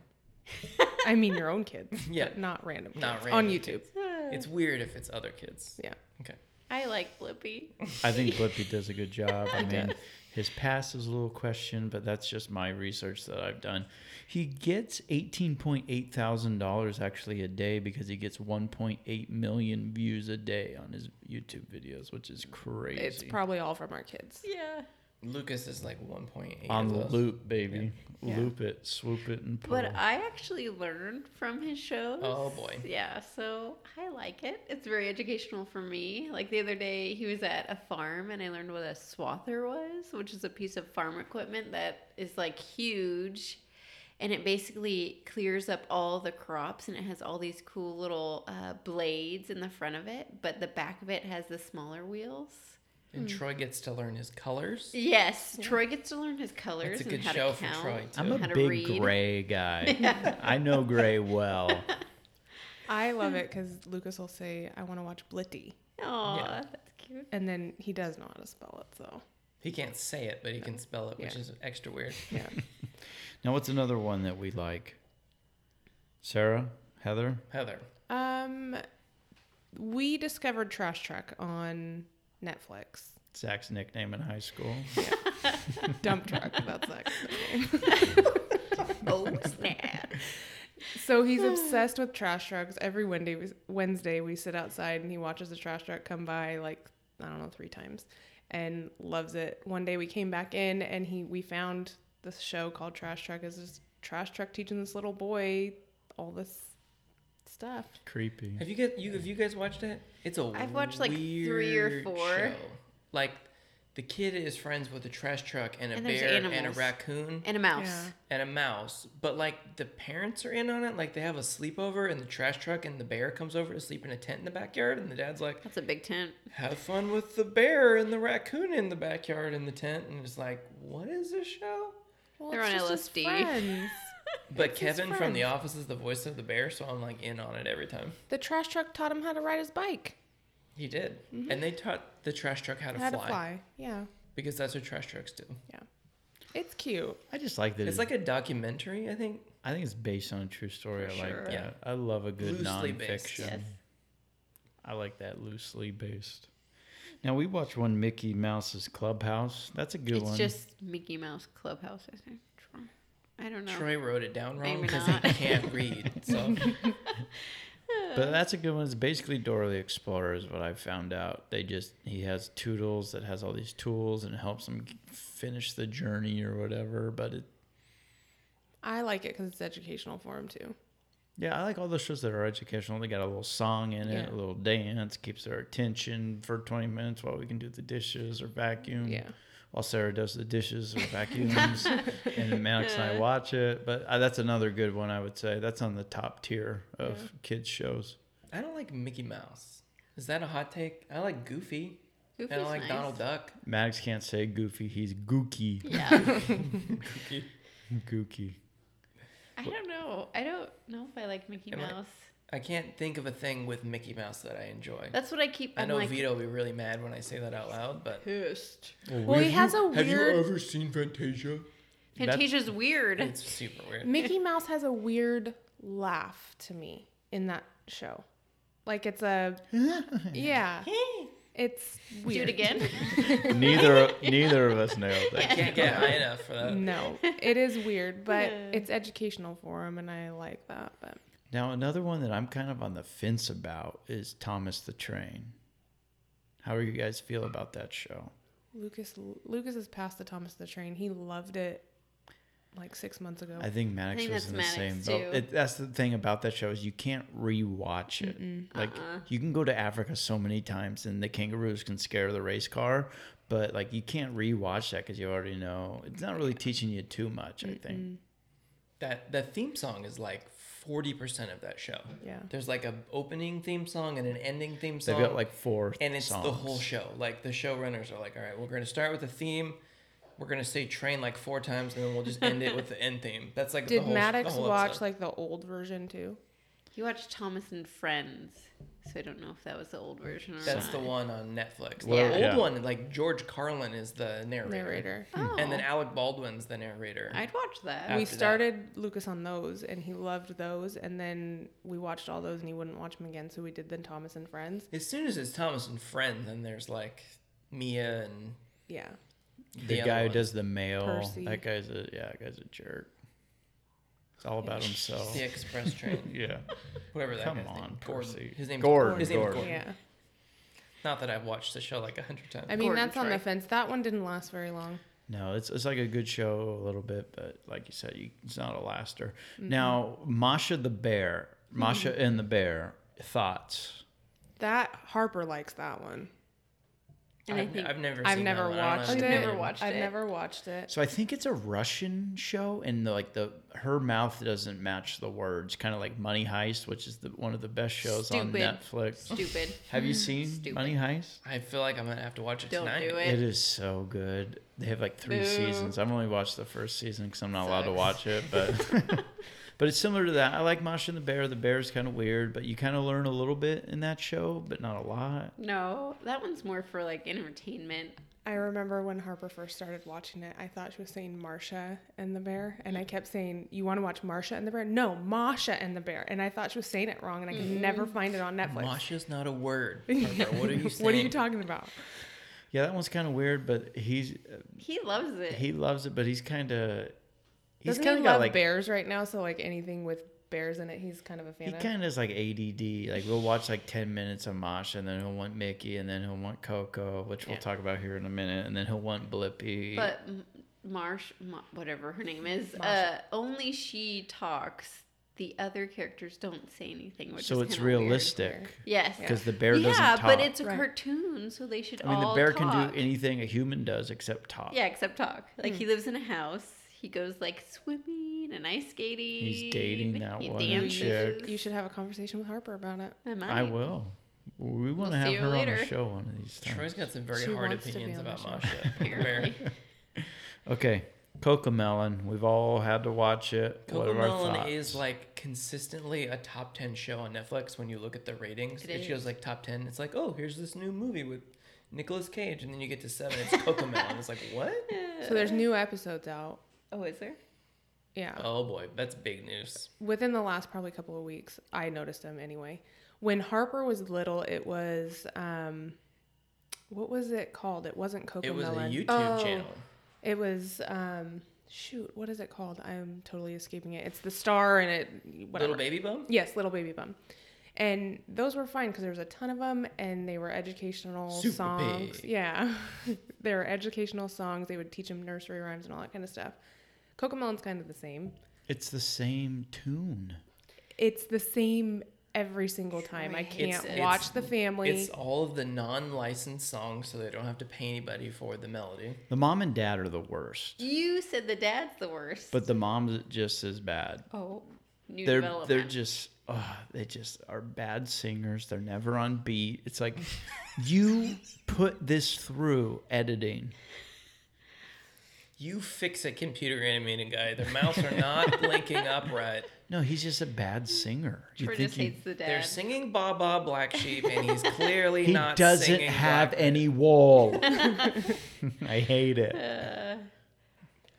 I mean, your own (laughs) kids. Yeah. but not random. Kids Not on random YouTube. kids. It's weird if it's other kids. Yeah. Okay. I like Blippi. (laughs) I think (laughs) Blippi does a good job. I mean, his past is a little question, but that's just my research that I've done. He gets eighteen point eight thousand dollars actually a day because he gets one point eight million views a day on his YouTube videos, which is crazy. It's probably all from our kids. yeah, Lucas is like 1.8. on of the those. loop, baby. Yeah. Loop it, swoop it, and pull. but I actually learned from his shows. Oh, boy. yeah. So I like it. It's very educational for me. Like the other day, he was at a farm, and I learned what a swather was, which is a piece of farm equipment that is like huge. and it basically clears up all the crops and it has all these cool little uh, blades in the front of it but the back of it has the smaller wheels And Troy gets to learn his colors. Yes, Troy gets to learn his colors That's a and good how show to for count. Troy, too. I'm how a to big read. (laughs) gray guy. I know gray well. (laughs) I love it because Lucas will say, "I want to watch Blitty," Aw, Yeah. that's cute. and then he does know how to spell it. So He can't say it, but he can spell it, which Yeah. is extra weird. yeah, Now, what's another one that we like? Sarah, Heather, Heather. um, we discovered Trash Truck on Netflix. Zach's nickname in high (laughs) school. Dump truck. That's like. Oh snap! So he's obsessed with trash trucks. Every Wednesday, we, Wednesday we sit outside and he watches the trash truck come by like I don't know three times, and loves it. One day we came back in and he we found this show called Trash Truck. Is this trash truck teaching this little boy all this stuff? Creepy. Have you get you have you guys watched it? It's a I've watched, like, three or weird four. Show. Like the kid is friends with a trash truck and a And there's bear and a animals. raccoon (laughs) And a mouse. Yeah. and a mouse. But like the parents are in on it. Like they have a sleepover and the trash truck and the bear comes over to sleep in a tent in the backyard and the dad's like, That's a big tent. "Have fun with the bear and the raccoon in the backyard in the tent." And it's like, "What is this show?" Well, They're it's on just his LSD. friends. But his Kevin from The friend. Office is the voice of the bear, so I'm like in on it every time. the trash truck taught him how to ride his bike. He did, Mm-hmm. and they taught the trash truck how to, How to fly, fly. Yeah, because that's what trash trucks do. yeah. It's cute. I just like that. It's like a documentary, I think. I think it's based on a true story. For I like sure. that. Yeah. I love a good Loosely nonfiction. based. Yes. I like that loosely based. Now we watched one Mickey Mouse's Clubhouse. That's a good it's one. just Mickey Mouse Clubhouse. I think. Troy. I don't know. Troy wrote it down wrong Maybe because he not. can't read. (laughs) So But that's a good one. It's basically Dora the Explorer, is what I found out. They just he has Toodles that has all these tools and it helps him finish the journey or whatever. But it, I like it because it's educational for him too. yeah, I like all those shows that are educational. They got a little song in it, Yeah. a little dance, keeps their attention for twenty minutes while we can do the dishes or vacuum. Yeah. While Sarah does the dishes or (laughs) vacuums, and Maddox and I watch it. But uh, that's another good one. I would say that's on the top tier of kids shows. I don't like Mickey Mouse. Is that a hot take? I like Goofy. Goofy's and I like nice. Donald Duck. Maddox can't say goofy. He's gooky. (laughs) Yeah. Gooky. I don't know. I don't know if I like Mickey Am I- Mouse. I can't think of a thing with Mickey Mouse that I enjoy. That's what I keep. I I'm know like, Vito will be really mad when I say that out loud, but Pissed. Well, he has a weird. ever seen Fantasia? That's- Fantasia's weird. It's super weird. Mickey Mouse has a weird laugh to me in that show. Like (laughs) it's a yeah. (laughs) It's (laughs) Do weird. (laughs) it again. Neither neither of us nailed that. Can't get high enough for that. No, it is weird, (laughs) but Yeah. it's educational for him, and I like that. But Now another one that I'm kind of on the fence about is Thomas the Train. How do you guys feel about that show? Lucas, Lucas is past the Thomas the Train. He loved it like six months ago. I think Maddox think was in that's the Maddox, same too. boat. It, that's the thing about that show is you can't rewatch it. Like Uh-uh. you can go to Africa so many times and the kangaroos can scare the race car, but like you can't rewatch that because you already know it's not really teaching you too much. I think. That the theme song is like forty percent of that show. Yeah. There's like a opening theme song and an ending theme They've song. got like four and it's the songs. whole show. Like the showrunners are like, all right, we're gonna start with a theme. We're gonna say train like four times, and then we'll just end it with the end theme. That's like the Did whole, the Maddox whole watch episode. like the old version too? you watched Thomas and Friends, so I don't know if that was the old version or That's not. the one on Netflix. The Well, old yeah. one, like George Carlin is the narrator, Narrator. Oh, and then Alec Baldwin's the narrator. I'd watch that. After we that. started Lucas on those, and he loved those, and then we watched all those, and he wouldn't watch them again, so we did then Thomas and Friends. as soon as it's Thomas and Friend, then there's like Mia and Yeah. The, other guy who one. does the mail. Percy. That guy's a yeah, that guy's a jerk. It's all about himself. the express train, Yeah. whatever that Oh. Come guy's on, name. Gordon. Percy. His name's Gordon, His name's Gordon. Gordon. Yeah. Not that I've watched the show like a hundred times. I mean, Gordon that's on the Troy. fence. That one didn't last very long. No, it's it's like a good show a little bit, but like you said, you, it's not a laster. Mm-hmm. Now, Masha the bear, Masha and the bear. Thoughts? That Harper likes that one. And I've, I think I've never. I've seen never that one. I don't watched know it. the I've name. never watched I've it. never watched it. So I think it's a Russian show, and the, like the her mouth doesn't match the words, kind of like Money Heist, which is the, one of the best shows Stupid. on Netflix. Stupid. (laughs) Have you seen Stupid. Money Heist? I feel like I'm gonna have to watch it Don't tonight. do It it. is so good. They have like three Boo. seasons. I've only watched the first season because I'm not allowed to Sucks. watch it, but (laughs) but it's similar to that. I like Masha and the Bear. The Bear's kind of weird, but you kind of learn a little bit in that show, but not a lot. No, that one's more for like entertainment. I remember when Harper first started watching it, I thought she was saying Marsha and the Bear, and I kept saying, "You want to watch Marsha and the Bear?" No, Masha and the Bear, and I thought she was saying it wrong, and I could Mm-hmm. never find it on Netflix. Masha's not a word. Harper. What are you saying? what are you talking about? Yeah, that one's kind of weird, but he's He loves it. he loves it, but he's kind of he's Doesn't kind he of got love like bears right now? So like anything with bears in it, he's kind of a fan He of. kind of is like ADD. Like we'll watch like ten minutes of Masha, and then he'll want Mickey, and then he'll want Coco, which we'll Yeah. talk about here in a minute, and then he'll want Blippi. but M- Marsh, Ma- whatever her name is, uh, Marsha. only she talks. The other characters don't say anything. Which so is it's kinda weird. realistic Yes. because the bear doesn't yeah, talk. but it's a Right. cartoon, so they should I mean, all the bear talk. can do anything a human does except talk. Yeah, except talk. Like Hmm. he lives in a house. He goes like swimming and ice skating. He's dating that he one dances. chick. you should have a conversation with Harper about it. I might. I will. We want We'll to have see you her on later. the show one of these times. Troy's got some very She hard wants to be opinions on the about show. Masha. and the (laughs) (laughs) bear. Apparently. Okay, Cocomelon. We've all had to watch it. what are our Cocomelon thoughts? is like consistently a top 10 show on Netflix when you look at the ratings. It It, shows is. like top 10. It's like, oh, here's this new movie with Nicolas Cage. And then you get to seven. It's Cocomelon. it's like, what? So there's new episodes out. Oh, is there? Yeah. Oh boy, that's big news. within the last probably couple of weeks, I noticed them anyway. When Harper was little, it was um, what was it called? It wasn't Cocomelon. It was a YouTube Oh. channel. It was um, shoot, what is it called? I'm totally escaping it. It's the star and it whatever. Little Baby Bum? Yes, little baby bum. And those were fine because there was a ton of them, and they were educational Super songs. big. Yeah, (laughs) they were educational songs. They would teach them nursery rhymes and all that kind of stuff. Cocomelon's kind of the same. It's the same tune. It's the same every single time. I Troy, can't it's- it's- watch the family. It's all of the non licensed songs so they don't have to pay anybody for the melody. The mom and dad are the worst, You said the dad's the worst. but the mom's just as bad. oh, new they're development. they're just oh, they just are bad singers. They're never on beat. It's (laughs) like you put this through editing. You fix a computer animated guy. Their mouths are (laughs) not blinking upright. No, he's just a bad singer. You Troy think just he, hates the dad. They're singing Ba Ba Black Sheep, and (laughs) he's clearly he not doesn't singing have Blackbird. (laughs) any wall. (laughs) I hate it.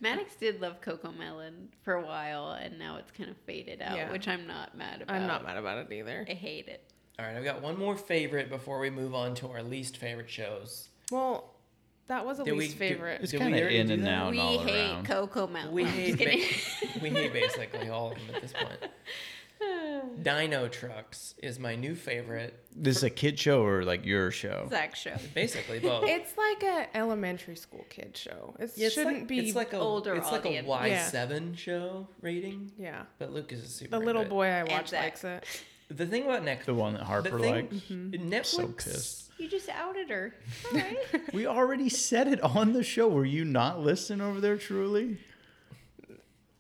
Maddox did love Coco Melon for a while, and now it's kind of faded out, Yeah. which I'm not mad about. I'm not uh, mad about it either. I hate it. All right, I've got one more favorite before we move on to our least favorite shows. Well, that was a Did we- least did- favorite. It's Did we kind of already in do and that? out we and all hate around. Coco Melon. We (laughs) I'm just hate, kidding. ba- we hate basically all of them at this point. (sighs) Dino Trucks is my new favorite. this is a kid show or like your show? Zach show. Basically, both. It's like a elementary school kid show. It Yeah, it's like- shouldn't be. It's like a older It's like audience. a Y seven show rating. yeah, But Luke is a super. the little into it. boy I watch Zach. likes it. The thing about Netflix. The one that Harper likes. Mm-hmm. Netflix. So pissed. You just outed her. All right. We already said it on the show. Were you not listening over there, truly?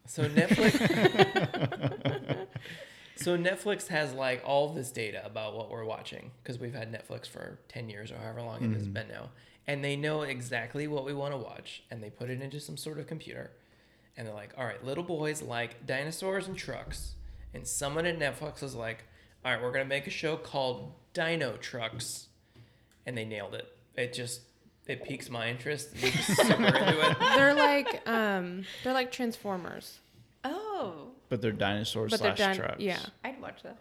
So Netflix. (laughs) so Netflix has like all this data about what we're watching because we've had Netflix for ten years or however long it has been now, and they know exactly what we want to watch, and they put it into some sort of computer, and they're like, "All right, little boys like dinosaurs and trucks," and someone at Netflix is like, "All right, we're gonna make a show called Dino Trucks," and they nailed it. It just it piques my interest. Luke's super into it. They're like (laughs) um, they're like Transformers, Oh, But they're dinosaurs but they're slash done. trucks. Yeah, I'd watch that.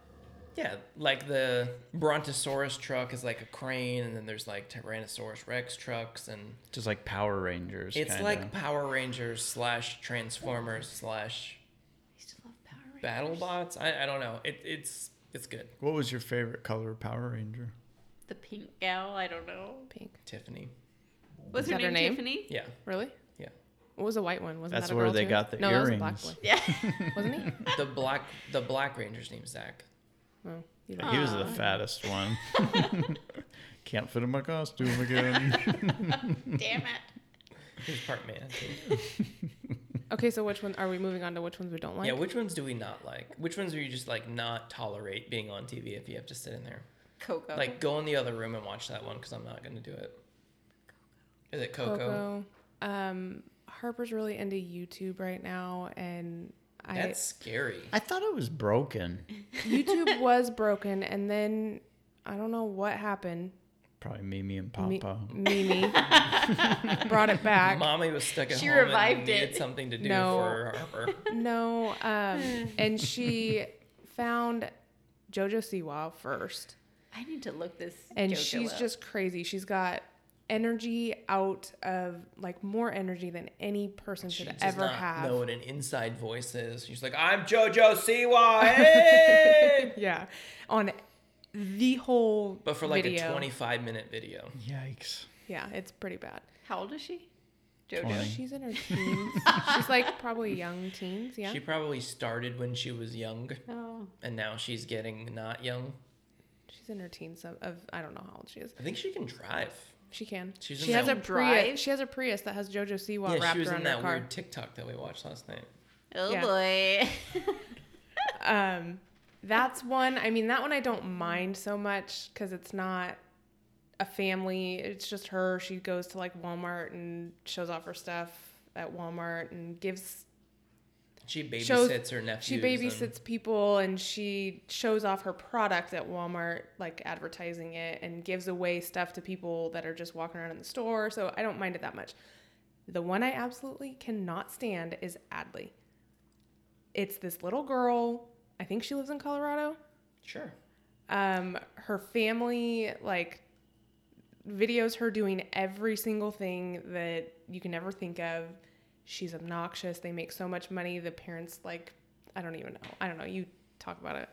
Yeah, like the Brontosaurus truck is like a crane, and then there's like Tyrannosaurus Rex trucks, and Just like Power Rangers. it's kinda. like Power Rangers slash Transformers slash I used to love Power Rangers. BattleBots. I, I don't know. It, it's it's good. What was your favorite color of Power Ranger? The pink gal. I don't know. pink. Tiffany. Was Is her that her name, (laughs) name? Tiffany? Yeah, Really? yeah. It was a white one. Wasn't That's that a where girl they too? got the no, that was a earrings. black Yeah. boy, (laughs) wasn't he? The black the Black Ranger's name Zach. Oh, you (laughs) He was the fattest one. (laughs) Can't fit in my (laughs) costume again. Damn it. He's part man. too. Okay, so which one are we moving on to? Which ones we don't like? Yeah, which ones do we not like? Which ones are you just like not tolerate being on TV if you have to sit in there? Coco. Like go in the other room and watch that one because I'm not gonna do it. Is it Coco? Coco. Um, Harper's really into YouTube right now, and I (laughs) That's scary. I thought it was broken. YouTube was broken, and then I don't know what happened. Probably Mimi and Mi- Papa. (laughs) Mimi brought it back. Mommy was stuck at She home and revived needed it. something to do No. for (laughs) Harper. No, um, (laughs) and she found JoJo Siwa first, I need to look this. and JoJo she's up. just crazy. She's got energy out of like more energy than any person She should does ever not have. know what an inside voice is. She's like, I'm JoJo Siwa. Hey! (laughs) (laughs) Yeah, on the whole. but for like video. a 25 minute video. Yikes. Yeah, it's pretty bad. How old is she? JoJo. Twenty. She's in her teens. she's like probably young teens. Yeah. She probably started when she was young, Oh. and now she's getting not young. She's in her teens of, of I don't know how old she is. I think she can drive. She can. She's in she has that- a Prius. Drive? She has a Prius that has JoJo Siwa yeah, wrapped she was around in her that car. weird TikTok that we watched last night. Oh Yeah. boy. Um, that's one. I mean, that one I don't mind so much because it's not a family. It's just her. She goes to like Walmart and shows off her stuff at Walmart and gives. She babysits Shows- her nephew. She babysits people and she shows off her product at Walmart, like advertising it and gives away stuff to people that are just walking around in the store. So I don't mind it that much. The one I absolutely cannot stand is Adley. It's this little girl. I think she lives in Colorado. Sure. um, her family like videos her doing every single thing that you can ever think of she's obnoxious they make so much money the parents like i don't even know i don't know you talk about it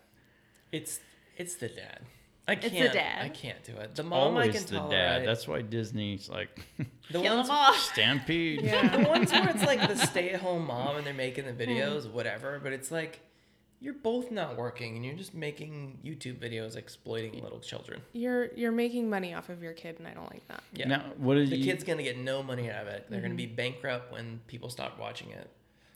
It's it's the dad. I the can't. dad. I can't do it. The mom I Always can the tolerate. dad. That's why Disney's like (laughs) the Kill ones, them all. stampede. the (laughs) yeah ones where it's like the stay-at-home mom and they're making the videos, whatever. But it's like you're both not working and you're just making YouTube videos exploiting little children. you're you're making money off of your kid and i don't like that Yeah. Now, what did the you? kid's gonna get no money out of it. They're gonna be bankrupt when people stop watching it.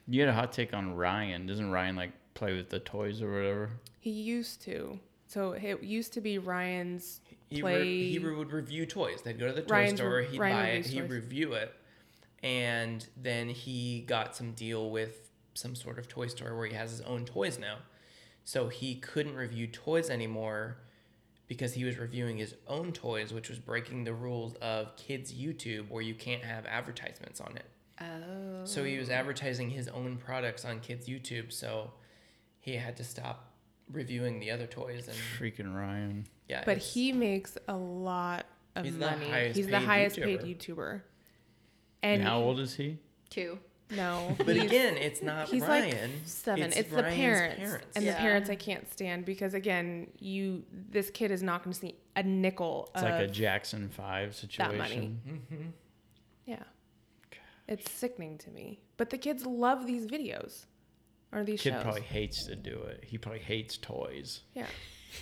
You had a hot take on Ryan. Doesn't Ryan like play with the toys or whatever? he used to so it used to be ryan's He, play re- he re- would review toys. They'd go to the toy Ryan's store, re- he'd Ryan buy it, reviews he'd toys. review it, and then he got some deal with some sort of toy store where he has his own toys now. So he couldn't review toys anymore because he was reviewing his own toys, which was breaking the rules of kids' YouTube where you can't have advertisements on it. Oh. So he was advertising his own products on kids' YouTube, so he had to stop reviewing the other toys and Freaking Ryan. yeah. but it's- he makes a lot of He's the money highest he's the paid highest paid YouTuber. youtuber And and how old is he? Two. no (laughs) But he's- again, it's not He's Ryan. like seven. It's, the Ryan's parents, and Yeah. the parents I can't stand because again, you this kid is not going to see a nickel. It's of, like a Jackson Five Uh, that situation. money. yeah. It's sickening to me, but the kids love these videos or these Kid shows. probably hates to do it. He probably hates toys. Yeah,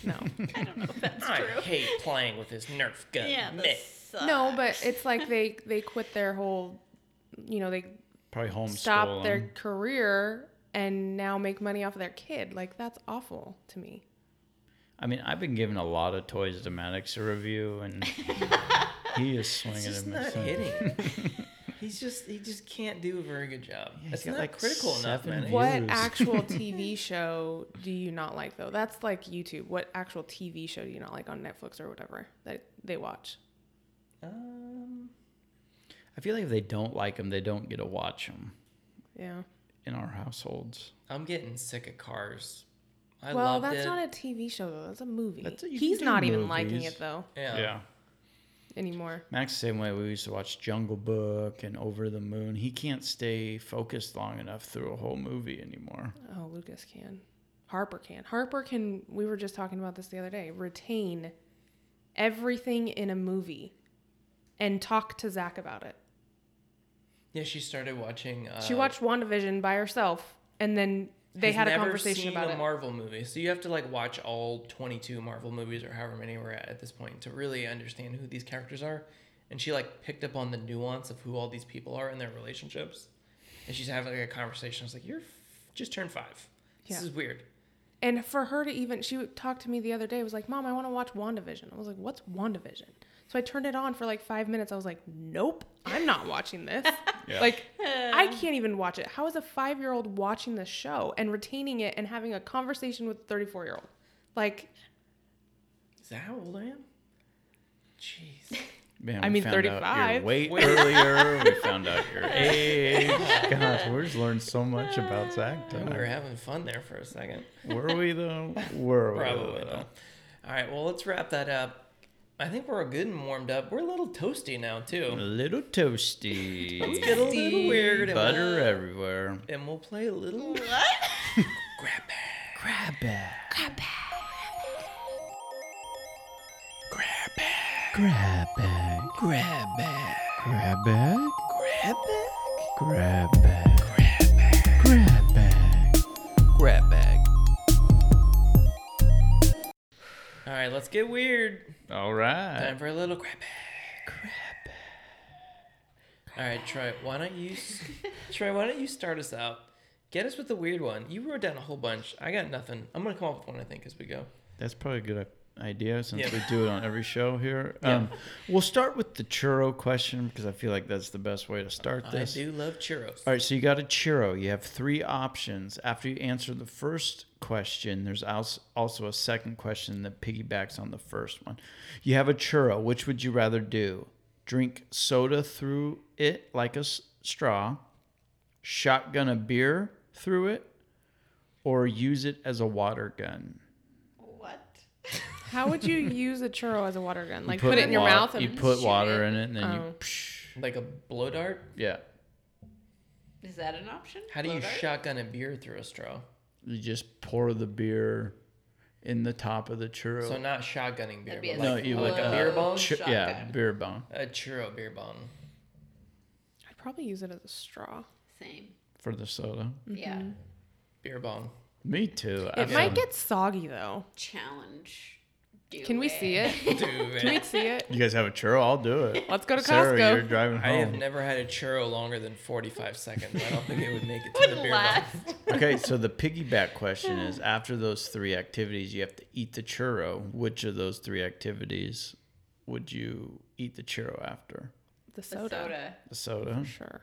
no, I don't know if that's (laughs) I true. hate playing with his Nerf gun. Yeah. Meh. that sucks. no, but it's like they they quit their whole, you know, they Probably homeschool. stop their him. career and now make money off of their kid. Like that's awful to me. I mean, I've been giving a lot of toys to Maddox to review, (laughs) and he is swinging It's just and not missing. hitting. (laughs) He's just he just can't do a very good job. he's It's got not like critical enough, seven man. views. What (laughs) Years. actual TV show do you not like though? That's like YouTube. What actual TV show do you not like on Netflix or whatever that they watch? Um, I feel like if they don't like him, they don't get to watch him Yeah. in our households. I'm getting sick of cars. I well, loved that's it. not a TV show though. That's a movie. That's a- you He's can do not even liking movies. it though yeah. anymore. Max, same way we used to watch Jungle Book and Over the Moon. He can't stay focused long enough through a whole movie anymore. Oh, Lucas can. Harper can. Harper can. We were just talking about this the other day. Retain everything in a movie, and talk to Zach about it. Yeah, she started watching. Uh, She watched WandaVision by herself and then they has had a never conversation seen about a it. Marvel movie, so you have to like watch all 22 Marvel movies or however many we're at at this point to really understand who these characters are. And she like picked up on the nuance of who all these people are and their relationships. And she's having like a conversation. I was like, "You're f- just turned five. This Yeah. is weird." And for her to even, she would talk to me the other day, was like, Mom, I want to watch WandaVision. I was like, What's WandaVision? So I turned it on for like five minutes. I was like, Nope, I'm not watching this. (laughs) Yeah. Like, I can't even watch it. How is a five year old watching the show and retaining it and having a conversation with a 34 year old? Like, Is that how old I am? (laughs) Jeez. Man, I we mean, found out your 35. weight Wait. earlier. We found out your age. God, we're just learning so much about Zach. we were tonight. having fun there for a second. Were we though? Were we? Probably though? not. All right, well, let's wrap that up. I think we're good and warmed up. We're a little toasty now, A too. little toasty. Let's get a little weird. and we'll- Butter everywhere. and we'll play a little What? grab bag. Grab bag. Grab bag. Grab bag. Grab bag. Grab bag. Grab bag. Grab bag. Grab bag. Grab bag. Grab bag. All right, let's get weird. All right. Time for a little grab Uh, bag. All right, Troy, why don't you s- Troy, why don't you start us out? Get us with the weird one. You wrote down a whole bunch. I got nothing. I'm gonna come up with one I think as we go. That's probably a good uh, idea since Yeah. we do it on every (laughs) show here. Um, we'll start with the churro question because I feel like that's the best way to start I this. do love churros. All right, so you got a churro. You have three options. After you answer the first question, there's als- also a second question that piggybacks on the first one. You have a churro. Which would you rather do? Drink soda through it like a s- straw, shotgun a beer through it, or use it as a water gun? What? how (laughs) would you use a churro as a water gun? Like, You put, it in your wa- mouth and You put shoot water it? in it, and then you. Oh. Psh, Like a blow dart? yeah. Is that an option? How do you Blow dart? shotgun a beer through a straw? You just pour the beer in the top of the churro. So not shotgunning beer, That'd be but a like, No, you like would, a uh, beer bong? Chu- yeah, shotgun. beer bong. A churro beer bong. I'd probably use it as a straw. Same. for the soda. Yeah. Mm-hmm. Beer (laughs) bong. Me too. It might get soggy though. Challenge. Do Can we see it? Dude, Can we (laughs) see it? You guys have a churro? I'll do (laughs) it. Let's go to Sarah, you're Costco. driving I have home. never had a churro longer than 45 seconds. I don't think it would make it to the Wouldn't beer last. bong. okay, so (laughs) the piggyback question is: after those three activities, you have to eat the churro. Which of those three activities would you eat the churro after? The The soda. soda. The soda. Sure.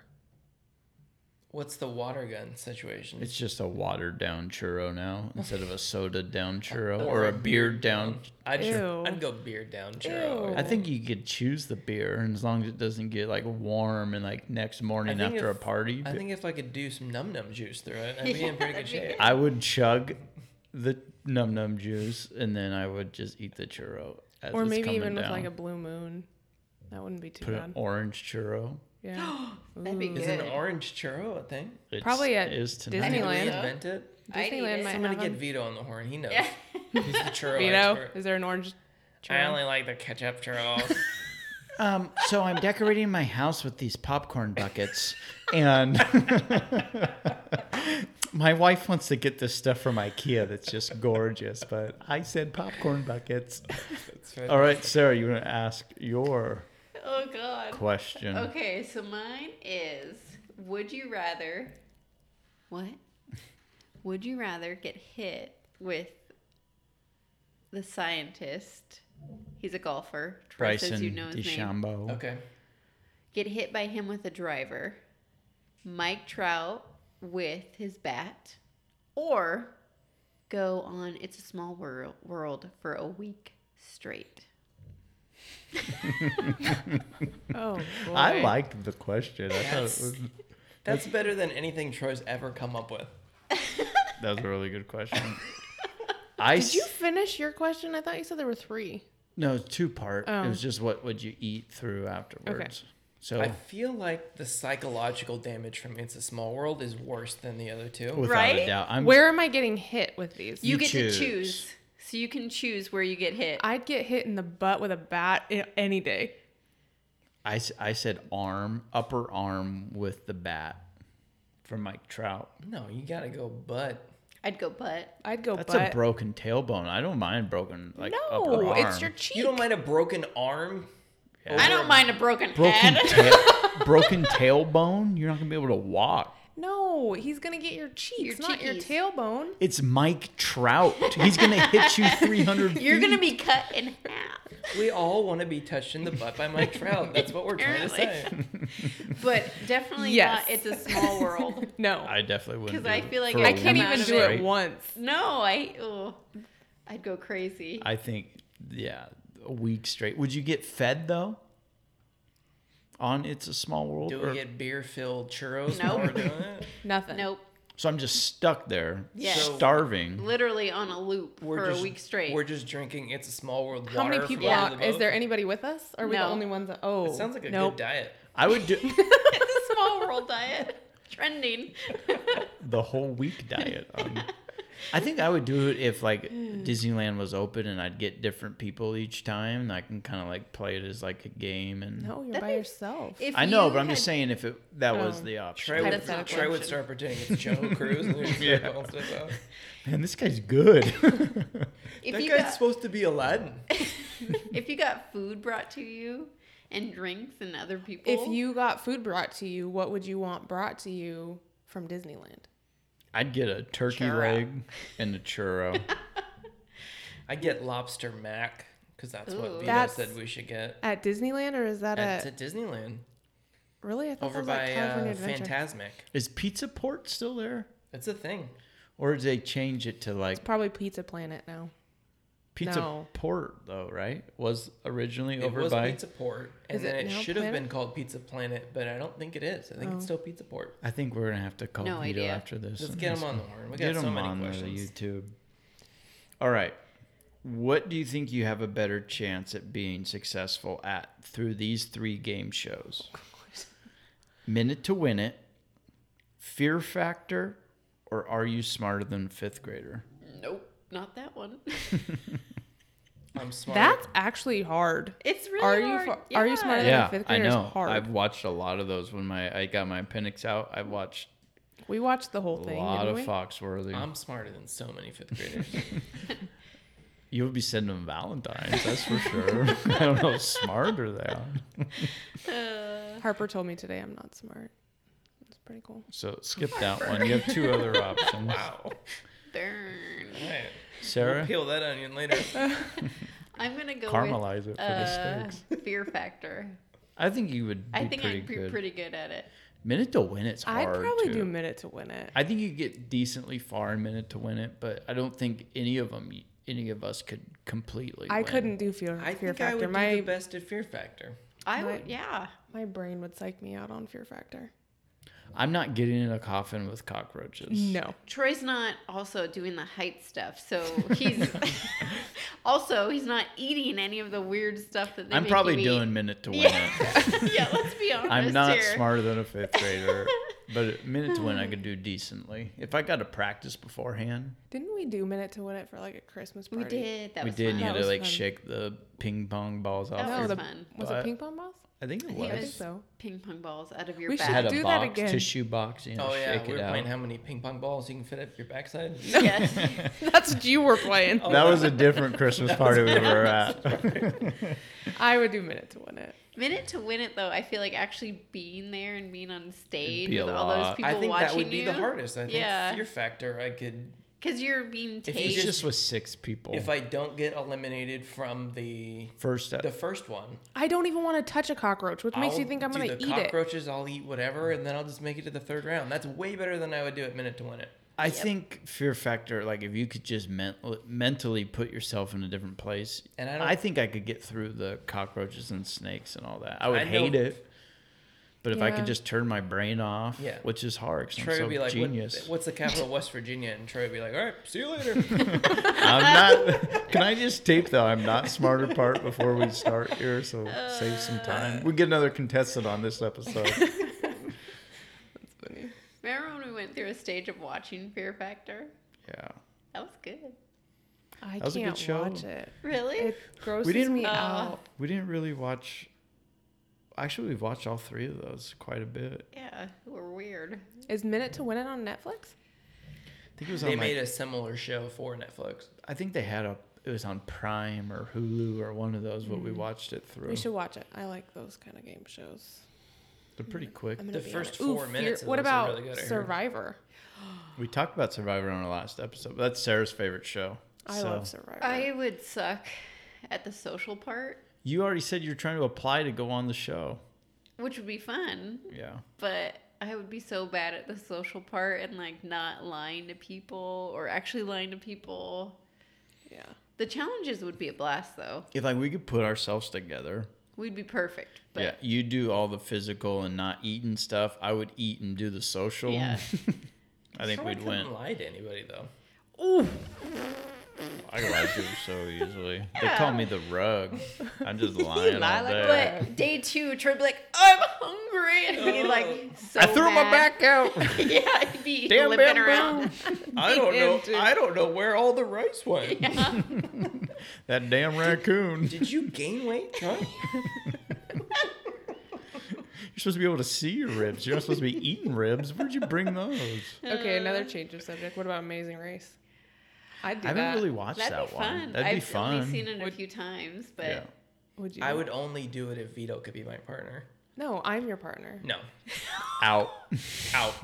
What's the water gun situation? It's just a watered down churro now instead of a (laughs) soda down churro or a beer down. I'd, Ew. I'd go beer down churro. Ew. I think you could choose the beer, and as long as it doesn't get like warm and like next morning think after if- a party, I think if I could do some num num juice through it, I'd be in pretty good shape. I would chug the num num juice and then I would just eat the churro. As Or it's maybe coming even with down. like a blue moon. That wouldn't be too put an bad. orange churro. Yeah. That'd be Is an good. orange churro a thing? It's, Probably at is Did they Disneyland. reinvent it? I'd eat Disneyland it. might I'm gonna have get them. Vito on the horn. He knows. He's the churro (laughs) Vito, expert. is there an orange I churro? only like the ketchup churros. Um, so I'm decorating my house with these popcorn buckets, and (laughs) my wife wants to get this stuff from IKEA that's just gorgeous. But I said popcorn buckets. That's right. All right, Sarah, you want to ask your Oh god. question? Okay, so mine is would you rather what? Would you rather get hit with the scientist? He's a golfer. Troy says Bryson you know his name. DeChambeau. Okay. Get hit by him with a driver. Mike Trout with his bat. Or go on It's a Small World world for a week straight. Oh, boy. I liked the question. I thought it Yes. was, That's better than anything Troy's ever come up with. that was a really good question. (laughs) I Did you finish your question? I thought you said there were three. No, it's two part. It Oh. was just what would you eat through afterwards. So I feel like the psychological damage from It's a Small World is worse than the other two. without a Right? doubt, I'm Where am I getting hit with these? You, You get choose. to choose. So you can choose where you get hit. I'd get hit in the butt with a bat i- any day. I, s- I said arm, upper arm with the bat for Mike Trout. No, you gotta go butt. I'd go butt. I'd go That's butt. a broken tailbone. I don't mind broken like no, upper arm. it's your cheek. You don't mind a broken arm? Yeah. I don't mind a broken, broken (laughs) head. (laughs) tail, broken tailbone. You're not gonna be able to walk. no, he's gonna get your cheeks, Your not your cheekies. tailbone. It's Mike Trout. He's gonna hit (laughs) you 300. You're gonna feet. be cut in half. We all want to be touched in the butt by (laughs) Mike Trout. That's what we're trying to say. But definitely Yes. not. It's a small world. No, I, I definitely wouldn't. 'Cause I do it feel like for a I week can't come out even of do straight. it once. No, I. Oh, I'd go crazy. I think, yeah, a week straight. Would you get fed though? On it's a small world. Do or- we get beer filled churros? while Nope. we're doing (laughs) it? Nothing. nope. so I'm just stuck there, Yeah. So- starving. Literally on a loop for just, a week straight. We're just drinking. It's a small world. How many water from people under are? the Is boat. there anybody with us? Are we the No. only ones? That, oh, It sounds like a nope. good diet. I would do it's a (laughs) small world diet. Trending. the whole week diet. Um, (laughs) I think I would do it if like Disneyland was open and I'd get different people each time. And I can kind of like play it as like a game. And No, you're That'd by be- yourself. If I know, you but I'm just had- saying if it that was Oh. the Trey option. Try- would, That's not Trey would option. start pretending it's Joe (laughs) Cruz. And there's Yeah. yeah. stuff out. Man, this guy's good. If That you guy's got, supposed to be Aladdin. if you got food brought to you and drinks and other people, If you got food brought to you, what would you want brought to you from Disneyland? (laughs) I'd get a turkey Churro. leg and a churro. (laughs) I get lobster mac because that's what Ooh. Vito That's- said we should get. At Disneyland, or is that It's a at Disneyland really? I thought over that was like by California uh, Adventure. Fantasmic. Is Pizza Port still there? It's a thing. Or did they change it to like Probably Pizza Planet now. Pizza No. Port though, right? Was originally It over was by Pizza Port, and Is then it it now should have Planet? Oh. been called Pizza Planet, but I don't think it is. I think it's still Pizza Port. I think we're gonna have to call No Vito idea. after this. Let's and get ask him on the horn. We Get got so him many on the questions. YouTube. All right. What do you think you have a better chance at being successful at through these three game shows? Minute to Win It, Fear Factor, or Are You Smarter Than a Fifth Grader? nope, not that one. I'm smart. That's actually hard. (laughs) It's really Are you hard. fu- are you smarter than- Yeah, fifth I grader is know. hard. I've watched a lot of those when my I got my appendix out. I watched We watched the whole a thing. lot didn't of we? Foxworthy. I'm smarter than so many fifth graders. (laughs) You'll be sending them Valentine's, that's for sure. (laughs) I don't know how smarter they are. Uh, Harper told me today I'm not smart. It's pretty cool. So skip that one. You have two other (laughs) options. wow. burn. All right. We'll Sarah, peel that onion later. I'm gonna go caramelize it with for uh, the steaks. (laughs) Fear Factor. I think you would be I think pretty I'd be good. pretty good at it. Minute to win, it's hard. I'd probably too. do minute to win it. I think you get decently far in minute to win it, but I don't think any of them, any of us could completely. I win. couldn't do fear, I fear think I factor. would do the My best at Fear Factor. I Right. would, yeah. my brain would psych me out on fear factor. I'm not getting in a coffin with cockroaches. No. Troy's not also doing the height stuff, so (laughs) he's (laughs) also he's not eating any of the weird stuff that they. I'm make probably you eat. doing minute to win it. (laughs) yeah, let's be honest. I'm not here. smarter than a fifth grader, but (laughs) at minute to win, I could do decently if I got to practice beforehand. Didn't we do minute to win it for like a Christmas We party? did. That we was did, Fun. and you That had to was like fun. shake the ping pong balls off. That your- No, was the, fun. was But- it ping pong balls? I think it think was. it I think was- so. ping pong balls out of your We I back. (laughs) had a do that box, again. tissue box, you know, Oh yeah, shake we it were out. (laughs) playing how many ping pong balls you can fit up your backside. Yes. (laughs) That's what you were (laughs) playing. that was a different (laughs) Christmas party we were at. I would do minute to win it. Minute to win it though, I feel like actually being there and being on stage be a with all those lot. people I think watching that would be you, the hardest. I think Yeah. Fear Factor. I could because you're being you (laughs) taped. It just- just was six people. if I don't get eliminated from the First, the first one. I don't even want to touch a cockroach. What makes I'll you think I'm do going to the eat it? cockroaches, I'll eat whatever, and then I'll just make it to the third round. That's way better than I would do at minute to win it. I think Fear Factor, like if you could just ment- mentally put yourself in a different place, And I don't- I think I could get through the cockroaches and snakes and all that. I would I hate know- it, but if I Yeah. could just turn my brain off, Yeah. which is hard, 'cause Troy I'm so would be like, what- genius. "What's the capital of West Virginia?" And Troy would be like, "All right, see you (laughs) later." I'm (laughs) not. Can I just tape the I'm not smarter part before we start here, so save some time. We get another contestant on (laughs) this episode. Remember when we went through a stage of watching Fear Factor? Yeah, That was good. I That was a good can't show. watch it. (laughs) Really? It grosses didn't- me Uh, out. we didn't really watch. Actually, we've watched all three of those quite a bit. yeah, we're weird. Is minute to win it on Netflix? think it was They on made like, a similar show for Netflix. I think they had a it was on Prime or Hulu or one of those, but Mm-hmm. we watched it through. We should watch it. I like those kind of game shows. They're pretty quick. I'm gonna The be first honest. Ooh, four Fear- minutes of what those are about really good, I heard. Survivor? We talked about Survivor on our last episode. But that's Sarah's favorite show. I so. love Survivor. I would suck at the social part, You already said you're trying to apply to go on the show. which would be fun, Yeah. but I would be so bad at the social part and like not lying to people or actually lying to people. yeah. The challenges would be a blast though. If like we could put ourselves together. We'd be perfect. But yeah. You do all the physical and not eating stuff. I would eat and do the social. Yeah. (laughs) I think Sure, we'd win. couldn't lie to anybody (laughs) though. I lie to them so easily. They call me the (laughs) rug. I'm just lying lie all like day. But day two, Troy'd be like, I'm hungry. And he'd be like, so I threw my mad. back out. (laughs) yeah, he'd be Damn, limping bam, around. I don't know. did, too. I don't know where all the rice (laughs) went. that damn raccoon. (laughs) You're Did you gain weight, (laughs) Troy? supposed to be able to see your ribs. You're not supposed to be eating ribs. Where'd you bring (laughs) those? Okay, uh, another change of subject. What about Amazing Race? I'd do I haven't that. really watched That'd that be one. fun. That'd I've be only fun. seen it a Would- few times, but yeah. Would you? I would only do it if Vito could be my partner. No, I'm your partner. No, Out. (laughs) out.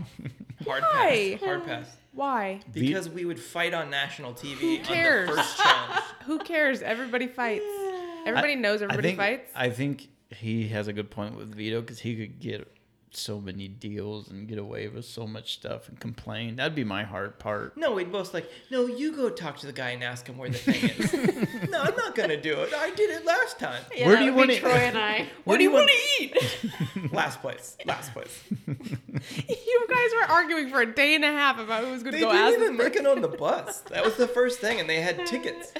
Hard Why? pass. Hard pass. Why? Because we would fight on national TV on cares? the first challenge. Who cares? (laughs) Everybody fights. Everybody knows I everybody think, fights. I think he has a good point with Vito because he could get so many deals and get away with so much stuff and complain. That'd be my hard part. No, we'd both like, no, you go talk to the guy and ask him where the thing is. no, I'm not gonna do it. I did it last time. yeah, Where that do you would wanna- be Troy (laughs) and I. What do you want to eat? (laughs) last place. Last place. you guys were arguing for a day and a half about who was going They to go didn't ask. even make it on the bus. That was the first thing, and they had tickets.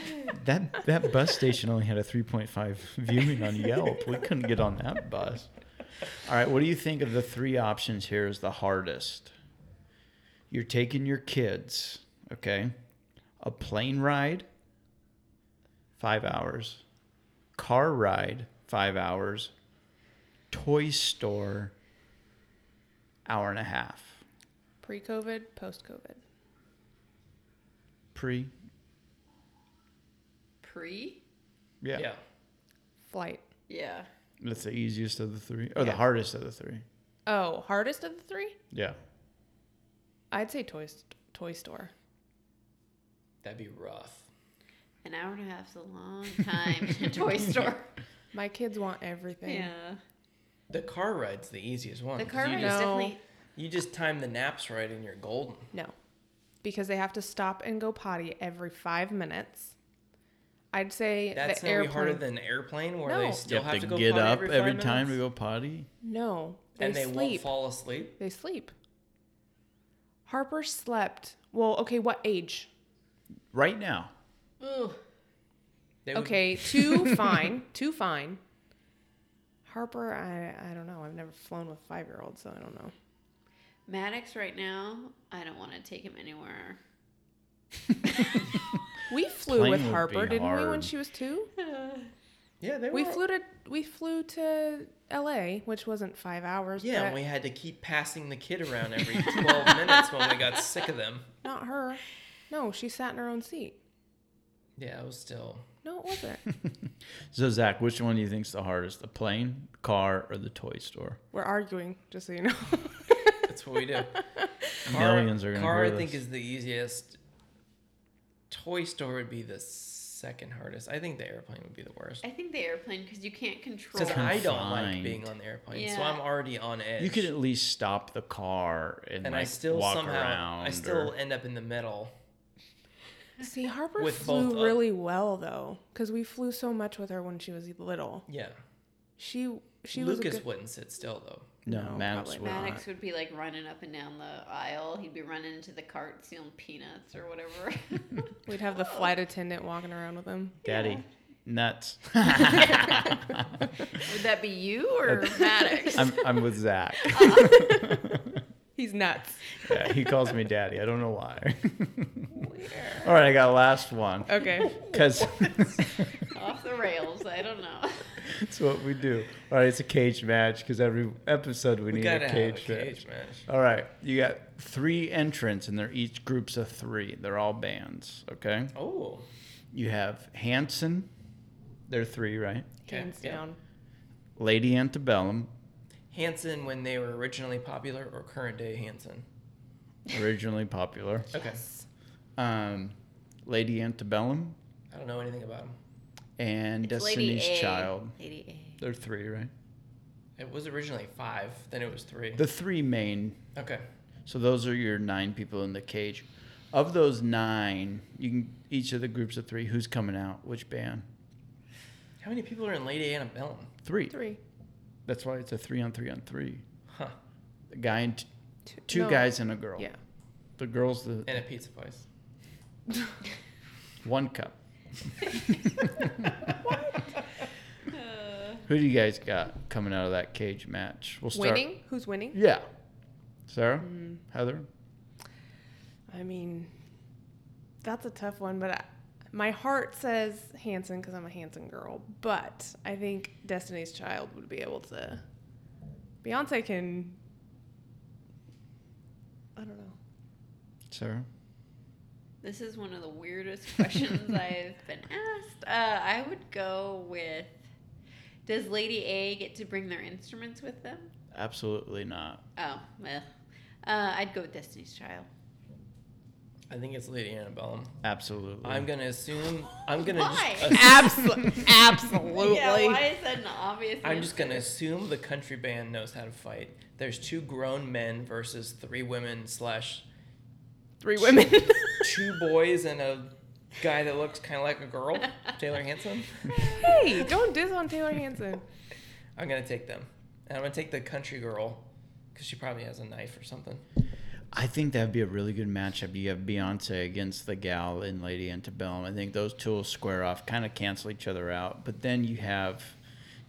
That that bus station only had a 3.5 viewing on Yelp. We couldn't get on that bus. All right, what do you think of the three options here is the hardest? You're taking your kids, okay? A plane ride, 5 hours. Car ride, 5 hours. Toy store, hour and a half. Pre-COVID, post-COVID. Pre? Pre? Yeah. Yeah. Flight. Yeah. That's the easiest of the three or the Yeah. hardest of the three. Oh, hardest of the three? Yeah. I'd say toy st- toy store. That'd be rough. An hour and a half's a long time in (laughs) a toy store. My kids want everything. yeah. The car ride's the easiest one. The 'cause car you ride just- is No. definitely. You just time the naps right and you're golden. No. Because they have to stop and go potty every 5 minutes. I'd say That's the not really airplane. harder than an airplane where they No. still you have, have, to, go get potty up every, every, five time to minutes? go potty. no. They and they sleep. won't fall asleep. They sleep. Harper slept. Well, okay, what age? Right now, Ugh. They would- (laughs) Okay, two fine, two fine. Harper, I I don't know. I've never flown with five year olds, so I don't know. Maddox right now, I don't want to take him anywhere. We flew Plane with would Harper, be didn't we? When hard. she was two, yeah, they we were- flew to we flew to L.A., which wasn't five hours. Yeah, but and we had to keep passing the kid around every (laughs) 12 minutes when we got sick of them. not her. No, she sat in her own seat. Yeah, it was still. No, (laughs) it wasn't. so Zach, which one do you think's the hardest? The plane, car, or the toy store? We're arguing, just so you know. That's what we (laughs) do. Millions are gonna Car, hear I think, this. is the easiest. Toy Store would be the second hardest. I think the airplane would be the worst. I think the airplane because you can't control. Because I don't like Confined. being on the airplane, so Yeah. I'm already on edge. You could at least stop the car and, and like, I still walk somehow around. I or- still end up in the middle. See, Harper With both of- flew really well though, because we flew so much with her when she was little. Yeah, She she was a Lucas good, wouldn't sit still though. no, No, Maddox probably would not. Maddox would be like running up and down the aisle. He'd be running into the cart stealing peanuts or (laughs) whatever. We'd have the (laughs) flight attendant walking around with him. Daddy, nuts. Would that be you or (laughs) Maddox? I'm, I'm with Zach. He's nuts. yeah, he calls me Daddy. I don't know why. (laughs) All right, I got last one (laughs) Okay. because (laughs) Off the rails. I don't know. That's what we do. All right, it's a cage match because every episode we, We need gotta a have a cage, cage match. match. All right, you got three entrants, and they're each groups of three. They're all bands. Okay, Oh, you have Hanson. They're three, right? Okay, Hands yeah. down. Lady Antebellum, Hanson when they were originally popular or current day Hanson. originally popular. Okay. Um, Lady Antebellum I don't know anything about him. and It's Destiny's Lady A. Child. Lady They're three, right? It was originally five, then it was three. The three main Okay. So those are your nine people in the cage. Of those nine, you can each of the groups of three. Who's coming out? Which band? How many people are in Lady Annabellum? Three. Three. That's why it's a three on three on three. Huh. A guy and t- Two, two no, guys and a girl. Yeah. The girl's the And a pizza place. one (laughs) cup. A. Uh, (laughs) Who do you guys got coming out of that cage match? We'll start. Winning? Hmm. Who's winning? Yeah. Sarah, Heather. I mean, that's a tough one, but I, my heart says Hanson because I'm a Hanson girl. But I think Destiny's Child would be able to. Beyonce can. I don't know. Sarah. This is one of the weirdest questions (laughs) I've been asked. Uh, I would go with Does Lady A get to bring their instruments with them? Absolutely not. Oh, well. Uh, I'd go with Destiny's Child. I think it's Lady Annabellum. Absolutely. (laughs) I'm gonna assume. I'm gonna. Why? Just, ass- Absolutely. Absolutely. Yeah, why is that an obvious I'm just gonna answer? assume the country band knows how to fight. There's two grown men versus three women slash (laughs) Three women. (laughs) two boys and a guy that looks kind of like a girl. Taylor Hanson. hey, don't diss on Taylor Hanson. I'm gonna take them. And I'm gonna take the country girl because she probably has a knife or something. (laughs) I think that'd be a really good matchup. You have Beyonce against the gal in Lady Antebellum. I think those two will square off, kind of cancel each other out. But then you have,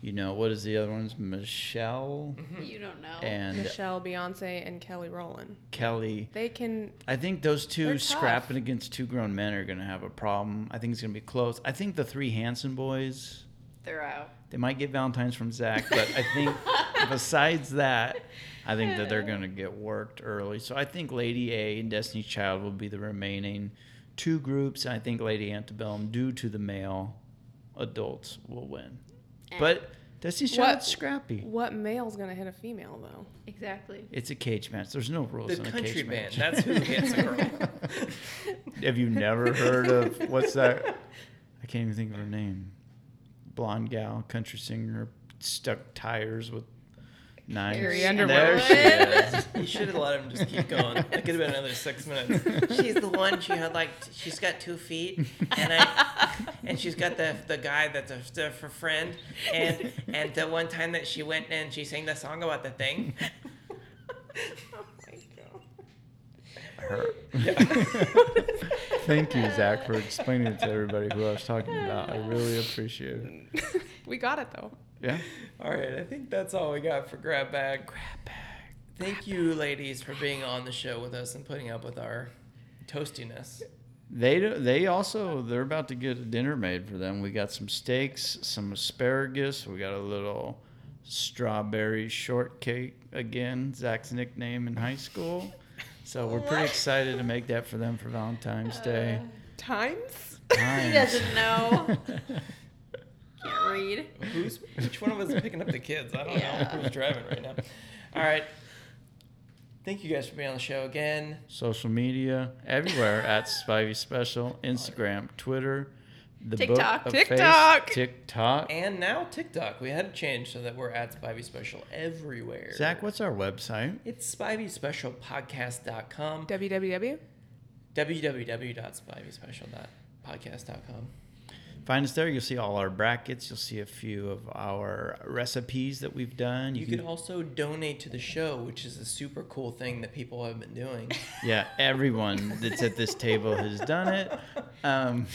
you know, what is the other one's Michelle (laughs) You don't know. (laughs) and uh, Michelle, Beyonce, and Kelly Rowland. Kelly. They can. I think those They're two tough. scrapping against two grown men are going to have a problem. I think it's going to be close. I think the three Hanson boys, They're out. they might get Valentine's from Zach, but I (laughs) think besides that, I think that they're going to get worked early. So I think Lady A and Destiny's Child will be the remaining two groups. And I think Lady Antebellum, due to the male adults, will win. But Destiny's What- Child's scrappy. What male's gonna hit a female though? (laughs) Exactly. It's a cage match. There's no rules The in a country cage band. match. That's (laughs) who hits a girl. Have you never heard of what's that? I can't even think of her name. Blonde gal, country singer, stuck tires with knives. Carrie There Underwood. she is. (laughs) You should have let him just keep going. It could have been another six minutes. (laughs) She's the one. She had like t- she's got two feet, and I (laughs) and she's got the the guy that's a, the, her friend, and and the one time that she went and she sang the song about the thing. (laughs) Oh my Her. god. Thank you, Zach, for explaining it to everybody who I was talking about. I really appreciate it. We got it though. Yeah. All right, I think that's all we got for grab bag. Grab bag. Thank you, ladies, for being on the show with us and putting up with our toastiness. They do, they also they're about to get a dinner made for them. We got some steaks, some asparagus. We got a little strawberry shortcake again, Zach's nickname in high school. So we're pretty excited to make that for them for Valentine's Day. Times? He Nice. doesn't know. (laughs) Can't read. Who's which one of us is picking up the kids? I don't Yeah. know who's driving right now. All right. Thank you guys for being on the show again. (laughs) Social media everywhere at Spivey Special, Instagram, Twitter, the book TikTok. of Face, TikTok. TikTok. And now TikTok. We had to change so that we're at Spivey Special everywhere. Zach, what's our website? It's spiveyspecialpodcast.com, www. www.spiveyspecial.podcast.com. Find us there. You'll see all our brackets. You'll see a few of our recipes that we've done. You can also donate to the show, which is a super cool thing that people have been doing. (laughs) yeah, everyone that's at this table has done it. Um,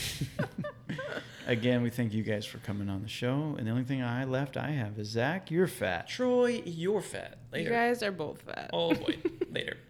(laughs) again, we thank you guys for coming on the show. And the only thing I left I have is Zach. You're fat. Troy, you're fat. You Later. guys (laughs) are both fat. oh boy. Later.